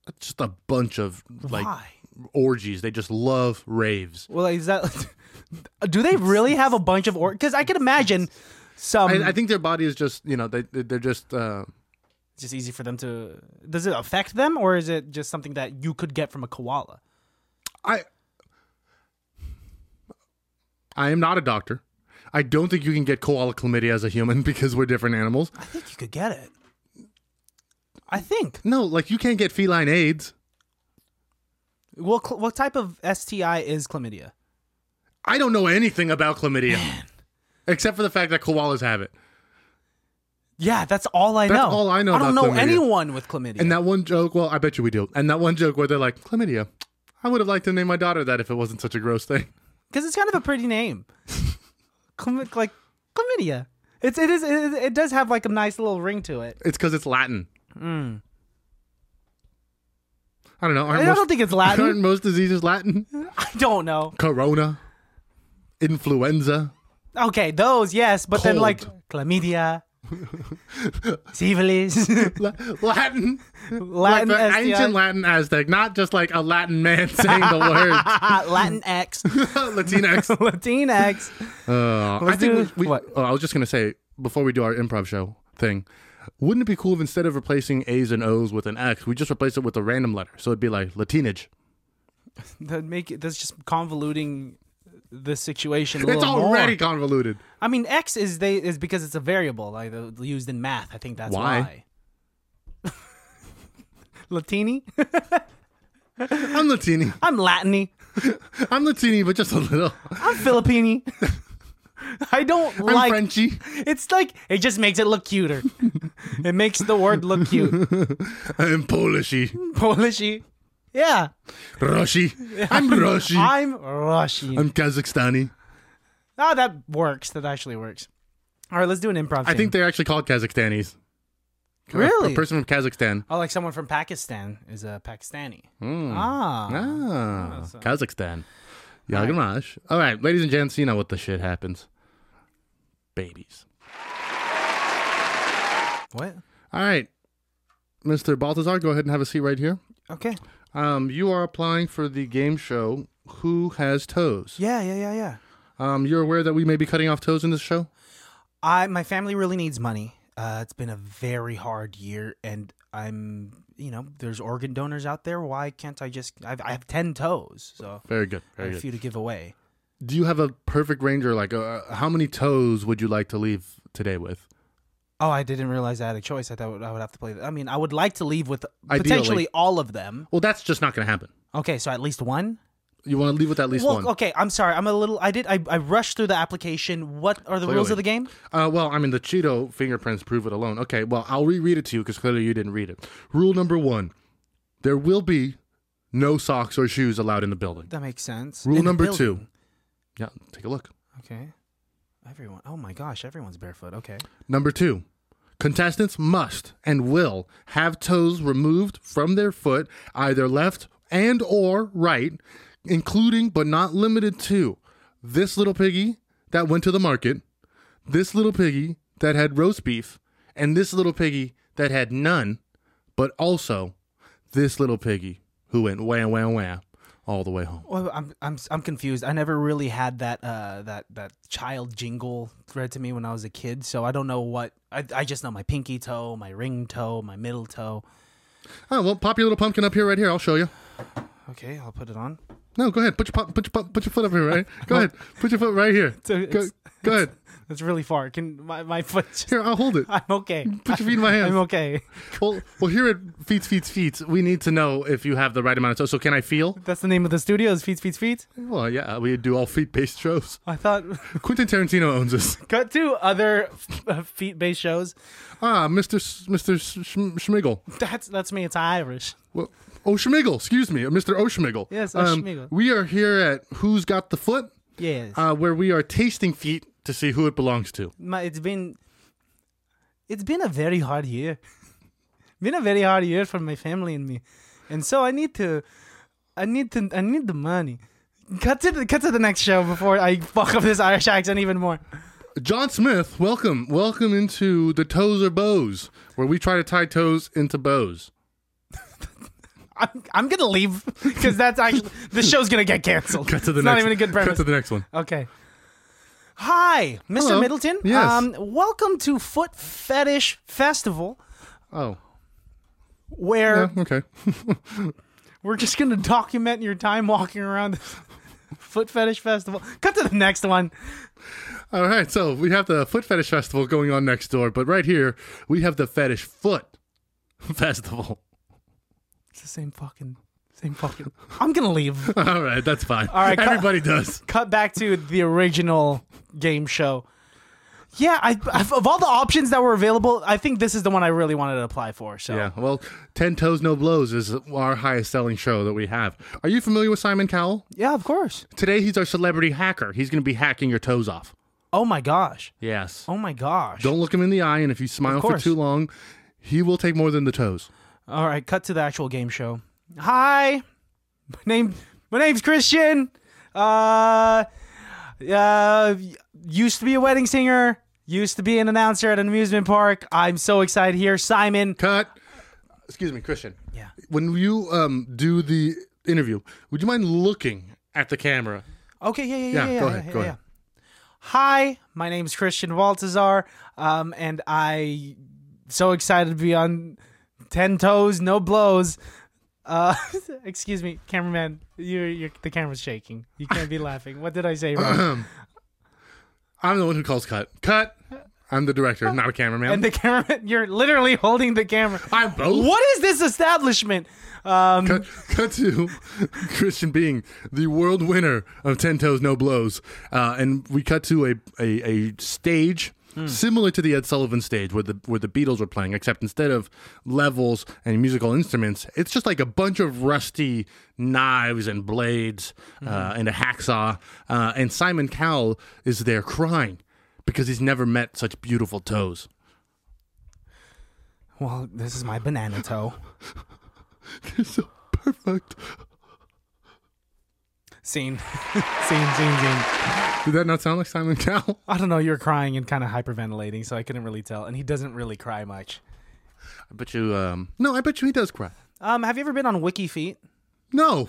Speaker 2: It's just a bunch of like
Speaker 1: Why?
Speaker 2: orgies. They just love raves.
Speaker 1: Well, is that? do they really have a bunch of or? Because I can imagine some.
Speaker 2: I, I think their body is just you know they they- they're just uh,
Speaker 1: it's just easy for them to. Does it affect them, or is it just something that you could get from a koala?
Speaker 2: I I am not a doctor. I don't think you can get koala chlamydia as a human because we're different animals.
Speaker 1: I think you could get it. I think.
Speaker 2: No, like you can't get feline AIDS.
Speaker 1: Well, cl- what type of STI is chlamydia?
Speaker 2: I don't know anything about chlamydia except for the fact that koalas have it.
Speaker 1: Yeah, that's all I
Speaker 2: That's
Speaker 1: know.
Speaker 2: all I know
Speaker 1: I don't
Speaker 2: about
Speaker 1: know
Speaker 2: chlamydia.
Speaker 1: anyone with chlamydia.
Speaker 2: And that one joke, well, I bet you we do. And that one joke where they're like, chlamydia. I would have liked to name my daughter that if it wasn't such a gross thing.
Speaker 1: because it's kind of a pretty name. Chlam- like chlamydia. It's it is it, it does have like a nice little ring to it.
Speaker 2: It's because it's Latin. I don't know. Aren't
Speaker 1: Mm. I
Speaker 2: most,
Speaker 1: don't think it's
Speaker 2: aren't
Speaker 1: Latin.
Speaker 2: most diseases Latin?
Speaker 1: I don't know.
Speaker 2: Corona, influenza.
Speaker 1: Okay, those yes, but then like
Speaker 2: Cold.
Speaker 1: chlamydia, syphilis,
Speaker 2: La- Latin,
Speaker 1: Latin,
Speaker 2: like the
Speaker 1: STI,
Speaker 2: ancient Latin Aztec, not just like a Latin man saying the words.
Speaker 1: Ah, Latin X,
Speaker 2: Latinx.
Speaker 1: Latinx.
Speaker 2: Uh, I
Speaker 1: Let's
Speaker 2: think
Speaker 1: do-
Speaker 2: we, we-
Speaker 1: what?
Speaker 2: Oh, I was just gonna say before we do our improv show thing, wouldn't it be cool if instead of replacing A's and O's with an X, we just replace it with a random letter? So it'd be like Latinage.
Speaker 1: That make it, that's just convoluting the situation. A
Speaker 2: It's
Speaker 1: little more.
Speaker 2: already convoluted.
Speaker 1: I mean, X is they is because it's a variable, like the- used in math. I think that's
Speaker 2: Why?
Speaker 1: why. Latini?
Speaker 2: I'm Latini.
Speaker 1: I'm Latiny.
Speaker 2: I'm Latini, but just a little.
Speaker 1: I'm Filipini. I don't
Speaker 2: I'm
Speaker 1: like.
Speaker 2: Frenchy.
Speaker 1: It's like it just makes it look cuter. it makes the word look cute.
Speaker 2: I'm Polishy.
Speaker 1: Polishy. Yeah,
Speaker 2: Rushy. I'm Rushy.
Speaker 1: I'm Russian.
Speaker 2: I'm Kazakhstani.
Speaker 1: oh, that works. That actually works. All right, let's do an improv.
Speaker 2: I think they're actually called Kazakhstanis. A-
Speaker 1: Really?
Speaker 2: A person from Kazakhstan.
Speaker 1: Oh, like someone from Pakistan is a Pakistani.
Speaker 2: Hmm.
Speaker 1: Ah.
Speaker 2: Ah, Kazakhstan. Yagamash. All right, ladies and gents, you know what the shit happens. Babies.
Speaker 1: What?
Speaker 2: All right, Mr. Baltazar, go ahead and have a seat right here.
Speaker 1: Okay.
Speaker 2: Um, you are applying for the game show Who Has Toes.
Speaker 1: Yeah, yeah, yeah, yeah.
Speaker 2: Um, you're aware that we may be cutting off toes in this show?
Speaker 1: I my family really needs money. Uh, it's been a very hard year, and I'm you know there's organ donors out there. Why can't I just I've, I have ten toes, so
Speaker 2: Very good.
Speaker 1: I have
Speaker 2: Very
Speaker 1: a
Speaker 2: good.
Speaker 1: few to give away.
Speaker 2: Do you have a perfect ranger? Like, uh, how many toes would you like to leave today with?
Speaker 1: Oh, I didn't realize I had a choice. I thought I would have to play. I mean, I would like to leave with
Speaker 2: Ideally.
Speaker 1: potentially all of them.
Speaker 2: Well, that's just not going to happen.
Speaker 1: Okay, so at least one.
Speaker 2: You want to leave with at least
Speaker 1: well,
Speaker 2: one.
Speaker 1: okay. I'm sorry. I'm a little. I did. I, I rushed through the application. What are the rules
Speaker 2: Clearly.
Speaker 1: of the game?
Speaker 2: Uh, well, I mean, the Cheeto fingerprints prove it alone. Okay, well, I'll reread it to you because clearly you didn't read it. Rule number one there will be no socks or shoes allowed in the building.
Speaker 1: That makes sense.
Speaker 2: Rule
Speaker 1: In the
Speaker 2: number
Speaker 1: building.
Speaker 2: two. Yeah, take a look.
Speaker 1: Okay. Everyone. Oh my gosh. Everyone's barefoot. Okay.
Speaker 2: Number two. Contestants must and will have toes removed from their foot, either left and or right, including but not limited to this little piggy that went to the market, this little piggy that had roast beef, and this little piggy that had none, but also this little piggy who went wham wham wham all the way home.
Speaker 1: Well, I'm I'm I'm confused. I never really had that uh that that child jingle read to me when I was a kid, so I don't know what I I just know my pinky toe, my ring toe, my middle toe.
Speaker 2: Oh well, pop your little pumpkin up here right here. I'll show you.
Speaker 1: Okay, I'll put it on.
Speaker 2: No, go ahead. Put your pop, put your pop, put your foot up here, right? Go ahead. Put your foot right here.
Speaker 1: a-
Speaker 2: go,
Speaker 1: it's-
Speaker 2: go ahead.
Speaker 1: That's really far. Can my, my foot? Just,
Speaker 2: Here, I'll hold it.
Speaker 1: I'm okay.
Speaker 2: Put your feet in my hands.
Speaker 1: I'm okay.
Speaker 2: Well, well, here at Feets, Feets, Feets, we need to know if you have the right amount of toes. So, can I feel?
Speaker 1: That's the name of the studio. Is feet, feet, feet.
Speaker 2: Well, yeah, we do all feet based shows.
Speaker 1: I thought.
Speaker 2: Quentin Tarantino owns us.
Speaker 1: Cut to other uh, feet-based shows.
Speaker 2: Ah, Mr. S- Mr. Sch- Schmigel.
Speaker 1: That's that's me. It's Irish.
Speaker 2: Well, oh, Schmigel, excuse me, Mr. O'Schmigel.
Speaker 1: Yes, O'Schmigel.
Speaker 2: Um, We are here at Who's Got the Foot,
Speaker 1: Yes.
Speaker 2: uh, where we are tasting feet to see who it belongs to.
Speaker 1: my, it's been it's been a very hard year been a very hard year for my family and me and so i need to i need to i need the money cut to the cut to the next show before i fuck up this irish accent even more
Speaker 2: John Smith, welcome. Welcome into the Toes or Bows, where we try to tie toes into bows.
Speaker 1: i'm, I'm gonna leave because that's actually this show's gonna get canceled
Speaker 2: Cut to the
Speaker 1: it's
Speaker 2: next
Speaker 1: not even a good
Speaker 2: Cut
Speaker 1: premise
Speaker 2: to the next one.
Speaker 1: okay hi mr
Speaker 2: Hello.
Speaker 1: middleton
Speaker 2: Yes.
Speaker 1: um welcome to foot fetish festival
Speaker 2: Oh.
Speaker 1: where
Speaker 2: Yeah, okay.
Speaker 1: We're just gonna document your time walking around this foot fetish festival. Cut to the next one.
Speaker 2: All right, so we have the Foot Fetish Festival going on next door, but right here we have the Fetish Foot Festival.
Speaker 1: It's the same fucking, same fucking. I'm gonna leave.
Speaker 2: All right, that's fine. All
Speaker 1: right, cut-
Speaker 2: everybody does.
Speaker 1: Cut back to the original game show. Yeah, I of of all the options that were available, I think this is the one I really wanted to apply for. So
Speaker 2: Yeah, well, Ten Toes No Blows is our highest selling show that we have. Are you familiar with Simon Cowell?
Speaker 1: Yeah, of course.
Speaker 2: Today he's our celebrity hacker. He's going to be hacking your toes off.
Speaker 1: Oh my gosh.
Speaker 2: Yes.
Speaker 1: Oh my gosh.
Speaker 2: Don't look him in the eye, and if you smile for
Speaker 1: course.
Speaker 2: too long, he will take more than the toes.
Speaker 1: All right, cut to the actual game show. Hi, my name my name's Christian. Uh, uh, used to be a wedding singer. Used to be an announcer at an amusement park. I'm so excited here, Simon.
Speaker 2: Cut. Excuse me, Christian.
Speaker 1: Yeah.
Speaker 2: When you um, do the interview, would you mind looking at the camera?
Speaker 1: Okay. Yeah. Yeah. Yeah.
Speaker 2: Yeah,
Speaker 1: Yeah. yeah,
Speaker 2: go ahead,
Speaker 1: yeah,
Speaker 2: go
Speaker 1: yeah.
Speaker 2: ahead.
Speaker 1: Hi, my name's Christian Baltazar, um, and I so excited to be on Ten Toes No Blows. Uh, excuse me, cameraman. You're, you're the camera's shaking. You can't be laughing. What did I say wrong?
Speaker 2: I'm the one who calls cut. Cut. I'm the director, not a cameraman.
Speaker 1: and the camera you're literally holding the camera
Speaker 2: I'm both.
Speaker 1: what is this establishment um
Speaker 2: Cut, cut to Christian being the world winner of Ten Toes No Blows, uh, and we cut to a a, a stage similar to the Ed Sullivan stage where the where the Beatles were playing, except instead of levels and musical instruments, it's just like a bunch of rusty knives and blades uh, and a hacksaw, uh, and Simon Cowell is there crying because he's never met such beautiful toes.
Speaker 1: well this is my banana toe
Speaker 2: They're so perfect.
Speaker 1: scene scene scene scene
Speaker 2: Did that not sound like Simon Cowell?
Speaker 1: i don't know you were crying and kind of hyperventilating so i couldn't really tell and he doesn't really cry much
Speaker 2: I bet you. Um, no, I bet you he does cry.
Speaker 1: um have you ever been on wiki feet
Speaker 2: No,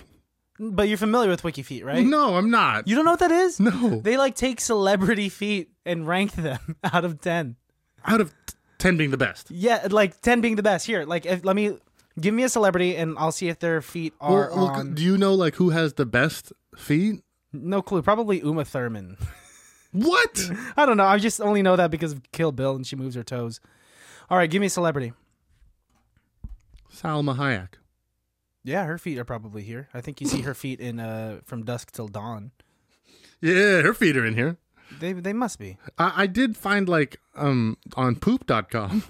Speaker 1: but you're familiar with wiki feet right
Speaker 2: no, I'm not.
Speaker 1: you don't know what that is
Speaker 2: no,
Speaker 1: they like take celebrity feet and rank them out of 10
Speaker 2: out of t- ten being the best.
Speaker 1: yeah like 10 being the best here like if, let me give me a celebrity and i'll see if their feet are
Speaker 2: Well, look,
Speaker 1: on
Speaker 2: do you know like who has the best feet?
Speaker 1: no clue probably uma thurman
Speaker 2: What?
Speaker 1: I don't know. I just only know that because of Kill Bill and she moves her toes. All right, give me a celebrity.
Speaker 2: Salma Hayek.
Speaker 1: Yeah, her feet are probably here. I think you see her feet in uh from dusk till dawn.
Speaker 2: Yeah, her feet are in here.
Speaker 1: They they must be.
Speaker 2: I, I did find like um on poop.com.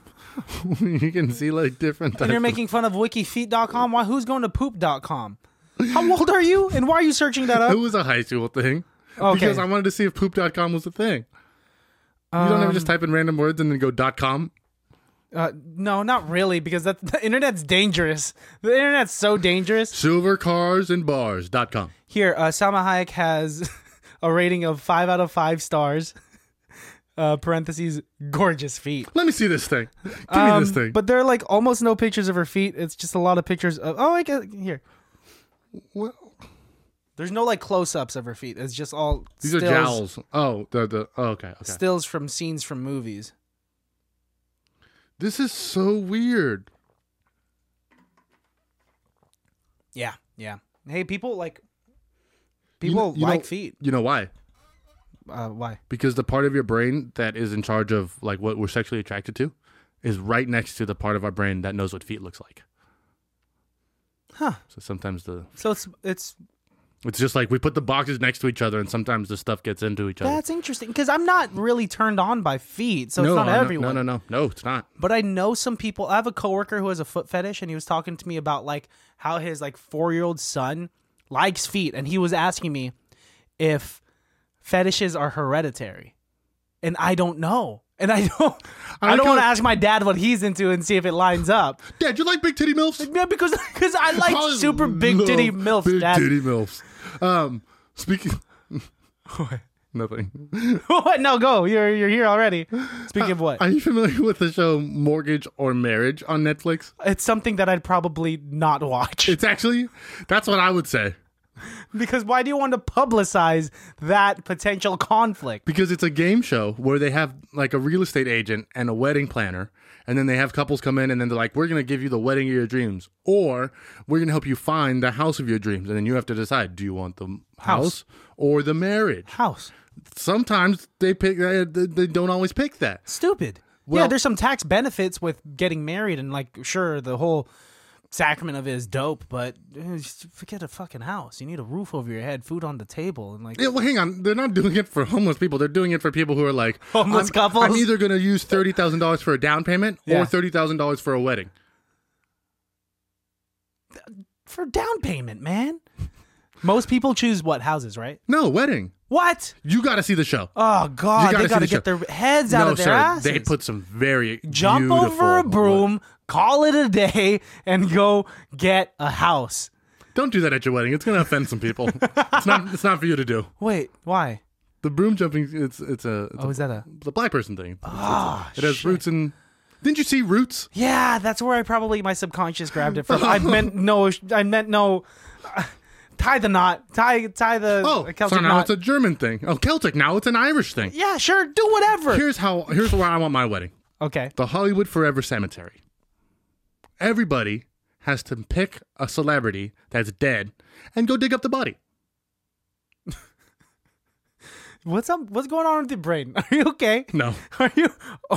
Speaker 2: you can see like different.
Speaker 1: And
Speaker 2: Types
Speaker 1: you're making fun of wikifeet.com. Why who's going to poop.com? How old are you and why are you searching that
Speaker 2: It
Speaker 1: up?
Speaker 2: was a high school thing.
Speaker 1: Okay.
Speaker 2: Because I wanted to see if poop.com was a thing. You don't ever just
Speaker 1: Um,
Speaker 2: type in random words and then go dot com.
Speaker 1: Uh, no, not really because that the internet's dangerous. The internet's so dangerous.
Speaker 2: Silver cars and bars dot com.
Speaker 1: Here, uh, Salma Hayek has a rating of 5 out of 5 stars. Uh, parentheses gorgeous feet.
Speaker 2: Let me see this thing. Give me this
Speaker 1: Um,
Speaker 2: thing.
Speaker 1: But there are like almost no pictures of her feet. It's just a lot of pictures of oh, I guess here.
Speaker 2: What?
Speaker 1: There's no like close-ups of her feet. It's just all
Speaker 2: These
Speaker 1: stills,
Speaker 2: are jowls. Oh, the the. Oh, okay, okay.
Speaker 1: stills from scenes from movies.
Speaker 2: this is so weird.
Speaker 1: Yeah, yeah. Hey, people like People
Speaker 2: you know-
Speaker 1: like feet.
Speaker 2: You know why?
Speaker 1: Uh, why?
Speaker 2: Because the part of your brain that is in charge of like what we're sexually attracted to is right next to the part of our brain that knows what feet looks like.
Speaker 1: Huh.
Speaker 2: So sometimes the
Speaker 1: So it's it's
Speaker 2: it's just like we put the boxes next to each other, and sometimes the stuff gets into each other.
Speaker 1: that's interesting because I'm not really turned on by feet, so
Speaker 2: no,
Speaker 1: it's not
Speaker 2: no,
Speaker 1: everyone.
Speaker 2: No, no, no, no, it's not.
Speaker 1: But I know some people. I have a coworker who has a foot fetish, and he was talking to me about like how his like four year old son likes feet, and he was asking me if fetishes are hereditary, and I don't know, and I don't. I,
Speaker 2: like
Speaker 1: don't
Speaker 2: how-
Speaker 1: want to ask my dad what he's into and see if it lines up.
Speaker 2: Dad, you like big titty milfs?
Speaker 1: Yeah, because because I like
Speaker 2: I
Speaker 1: super big titty
Speaker 2: love
Speaker 1: milfs,
Speaker 2: Big
Speaker 1: dad.
Speaker 2: titty milfs. Um, speaking. Nothing.
Speaker 1: what? No, go. You're you're here already. Speaking of what,
Speaker 2: Are you familiar with the show Mortgage or Marriage on Netflix?
Speaker 1: it's something that I'd probably not watch.
Speaker 2: It's actually that's what I would say
Speaker 1: Because why do you want to publicize that potential conflict?
Speaker 2: because it's a game show where they have like a real estate agent and a wedding planner, and then they have couples come in and then they're like, "We're gonna give you the wedding of your dreams, or we're gonna help you find the house of your dreams," and then you have to decide: do you want the house, or the marriage?
Speaker 1: House.
Speaker 2: Sometimes they pick they, they don't always pick that.
Speaker 1: Stupid. yeah,
Speaker 2: Well-
Speaker 1: there's some tax benefits with getting married, and like, sure, the whole sacrament of it is dope, but eh, just forget a fucking house. You need a roof over your head, food on the table, and like,
Speaker 2: Yeah, well, hang on. They're not doing it for homeless people. They're doing it for people who are like
Speaker 1: Homeless
Speaker 2: I'm,
Speaker 1: couples?
Speaker 2: I'm either going to use thirty thousand dollars for a down payment
Speaker 1: Yeah.
Speaker 2: or thirty thousand dollars for a wedding.
Speaker 1: for down payment, man. Most people choose what houses, right?
Speaker 2: No wedding.
Speaker 1: What?
Speaker 2: You got to see the show.
Speaker 1: Oh God,
Speaker 2: gotta
Speaker 1: they
Speaker 2: see
Speaker 1: gotta
Speaker 2: the
Speaker 1: get
Speaker 2: show.
Speaker 1: their heads out
Speaker 2: no,
Speaker 1: of their
Speaker 2: sir.
Speaker 1: asses.
Speaker 2: They put some very
Speaker 1: jump over a
Speaker 2: beautiful-
Speaker 1: broom, call it a day, and go get a house.
Speaker 2: Don't do that at your wedding. It's going to offend some people. it's not. It's not for you to do.
Speaker 1: Wait, why?
Speaker 2: The broom jumping. It's it's a it's
Speaker 1: Oh, is that a?
Speaker 2: a, the black person thing. it has roots in. Didn't you see Roots?
Speaker 1: Yeah, that's where I probably my subconscious grabbed it from. I meant no. I meant no. tie the knot. Tie tie the
Speaker 2: Oh,
Speaker 1: Celtic
Speaker 2: so now
Speaker 1: knot.
Speaker 2: it's a German thing. Oh, Celtic. Now it's an Irish thing.
Speaker 1: yeah, sure. Do whatever.
Speaker 2: Here's how. Here's where I want my wedding.
Speaker 1: okay.
Speaker 2: the Hollywood Forever Cemetery. Everybody has to pick a celebrity that's dead and go dig up the body.
Speaker 1: What's up? What's going on with your brain? Are you okay?
Speaker 2: No,
Speaker 1: Are you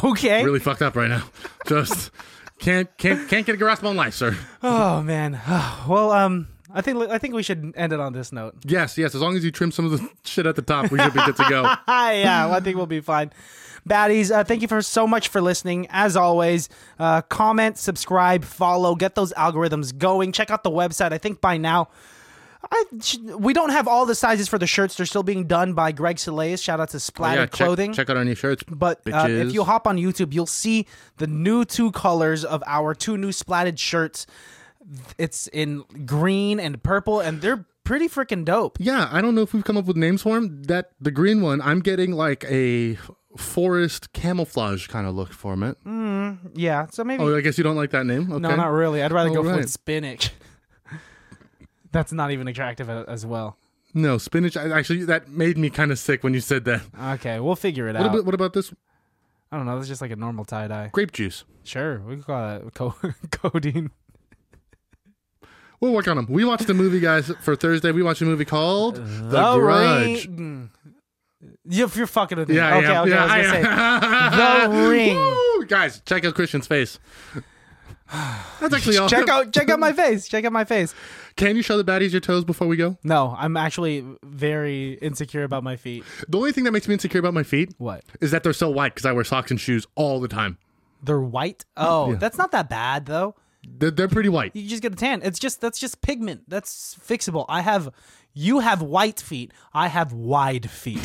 Speaker 1: okay?
Speaker 2: Hmm. really fucked up right now. Just can't can't can't get a grasp on life, sir.
Speaker 1: Oh man. Well, um, I think I think we should end it on this note.
Speaker 2: Yes, yes. As long as you trim some of the shit at the top, we should be good to go.
Speaker 1: yeah, well, I think we'll be fine. Baddies, uh, thank you for so much for listening. As always, uh, comment, subscribe, follow, get those algorithms going. Check out the website. I think by now, I sh- we don't have all the sizes for the shirts. They're still being done by Greg Soleil. Shout out to Splattered
Speaker 2: Oh, yeah, check,
Speaker 1: Clothing.
Speaker 2: check out our new shirts.
Speaker 1: But uh, if
Speaker 2: bitches.
Speaker 1: you hop on YouTube, you'll see the new two colors of our two new splatted shirts. It's in green and purple, and they're pretty freaking dope.
Speaker 2: yeah, I don't know if we've come up with names for them. That the green one, I'm getting like a forest camouflage kind of look for it.
Speaker 1: Yeah, so maybe
Speaker 2: Oh, I guess you don't like that name. Okay.
Speaker 1: Hmm. No, not really. I'd rather go for
Speaker 2: Alright.
Speaker 1: spinach. That's not even attractive a- as well.
Speaker 2: No, spinach. I- Actually, that made me kind of sick when you said that.
Speaker 1: Okay, we'll figure it
Speaker 2: What
Speaker 1: out.
Speaker 2: about, what about this
Speaker 1: I don't know. That's just like a normal tie dye.
Speaker 2: grape juice?
Speaker 1: Sure, we could call that co- codeine.
Speaker 2: We'll work on them. We watched a movie, guys, for Thursday. We watched a movie called The,
Speaker 1: Uh,
Speaker 2: Grudge.
Speaker 1: Ring. You, you're fucking with me.
Speaker 2: Yeah,
Speaker 1: okay,
Speaker 2: yeah,
Speaker 1: okay.
Speaker 2: yeah,
Speaker 1: I was gonna
Speaker 2: I-
Speaker 1: The Ring.
Speaker 2: Woo! Guys, check out Christian's face. That's actually all.
Speaker 1: say, check out, check out my face. Check out my face.
Speaker 2: Can you show the baddies your toes before we go?
Speaker 1: No, I'm actually very insecure about my feet.
Speaker 2: The only thing that makes me insecure about my feet
Speaker 1: What?
Speaker 2: is that they're so white because I wear socks and shoes all the time.
Speaker 1: They're white. Oh, that's not that bad though.
Speaker 2: They're, they're pretty white.
Speaker 1: you just get a tan. It's just that's just pigment. That's fixable. I have you have white feet. I have wide feet.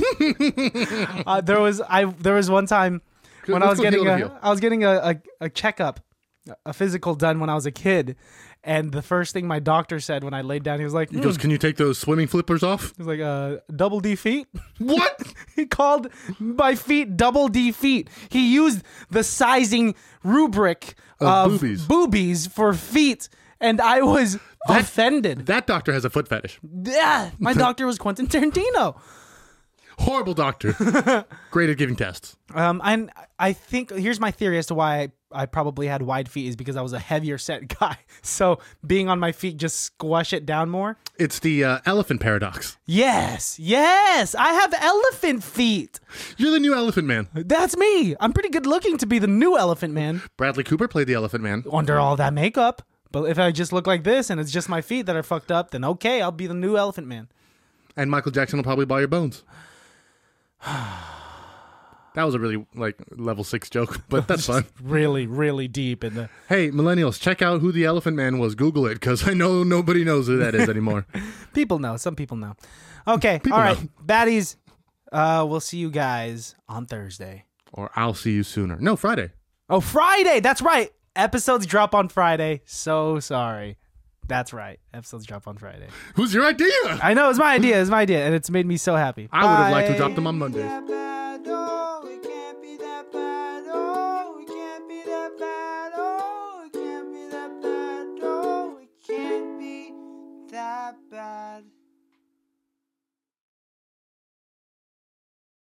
Speaker 1: uh, there was I there was one time when I was
Speaker 2: Let's go
Speaker 1: getting
Speaker 2: heel to
Speaker 1: a
Speaker 2: heel.
Speaker 1: I was getting a, a, a checkup, a physical done when I was a kid, and the first thing my doctor said when I laid down, he was like,
Speaker 2: He
Speaker 1: "Mm."
Speaker 2: goes, Can you take those swimming flippers off?
Speaker 1: he was like, uh, double D feet.
Speaker 2: What?
Speaker 1: He called my feet double D feet. He used the sizing rubric of,
Speaker 2: Of boobies.
Speaker 1: boobies for feet, and I was offended.
Speaker 2: That doctor has a foot fetish.
Speaker 1: Yeah, my doctor was Quentin Tarantino.
Speaker 2: Horrible doctor. Great at giving tests.
Speaker 1: Um, and I think here's my theory as to why I, I probably had wide feet is because I was a heavier set guy. So being on my feet just squash it down more.
Speaker 2: It's the uh, elephant paradox.
Speaker 1: Yes, yes, I have elephant feet.
Speaker 2: You're the new elephant man.
Speaker 1: That's me. I'm pretty good looking to be the new elephant man
Speaker 2: Bradley Cooper played the elephant man.
Speaker 1: under all that makeup. But if I just look like this and it's just my feet that are fucked up, then okay, I'll be the new elephant man.
Speaker 2: And Michael Jackson will probably buy your bones. That was a really like level six joke, but that's fun.
Speaker 1: Really, really deep in the.
Speaker 2: Hey, millennials, check out who the Elephant Man was. Google it, because I know nobody knows who that is anymore.
Speaker 1: People know. Some people know. Okay,
Speaker 2: People
Speaker 1: all right,
Speaker 2: know.
Speaker 1: baddies. Uh, we'll see you guys on Thursday.
Speaker 2: or I'll see you sooner. No, Friday.
Speaker 1: Oh, Friday. That's right. Episodes drop on Friday. So sorry. That's right. Episodes drop on Friday.
Speaker 2: Who's your idea?
Speaker 1: I know it's my idea. It's my idea, and it's made me so happy.
Speaker 2: I would have liked to
Speaker 1: Bye.
Speaker 2: adopt them on Mondays.
Speaker 1: Bye.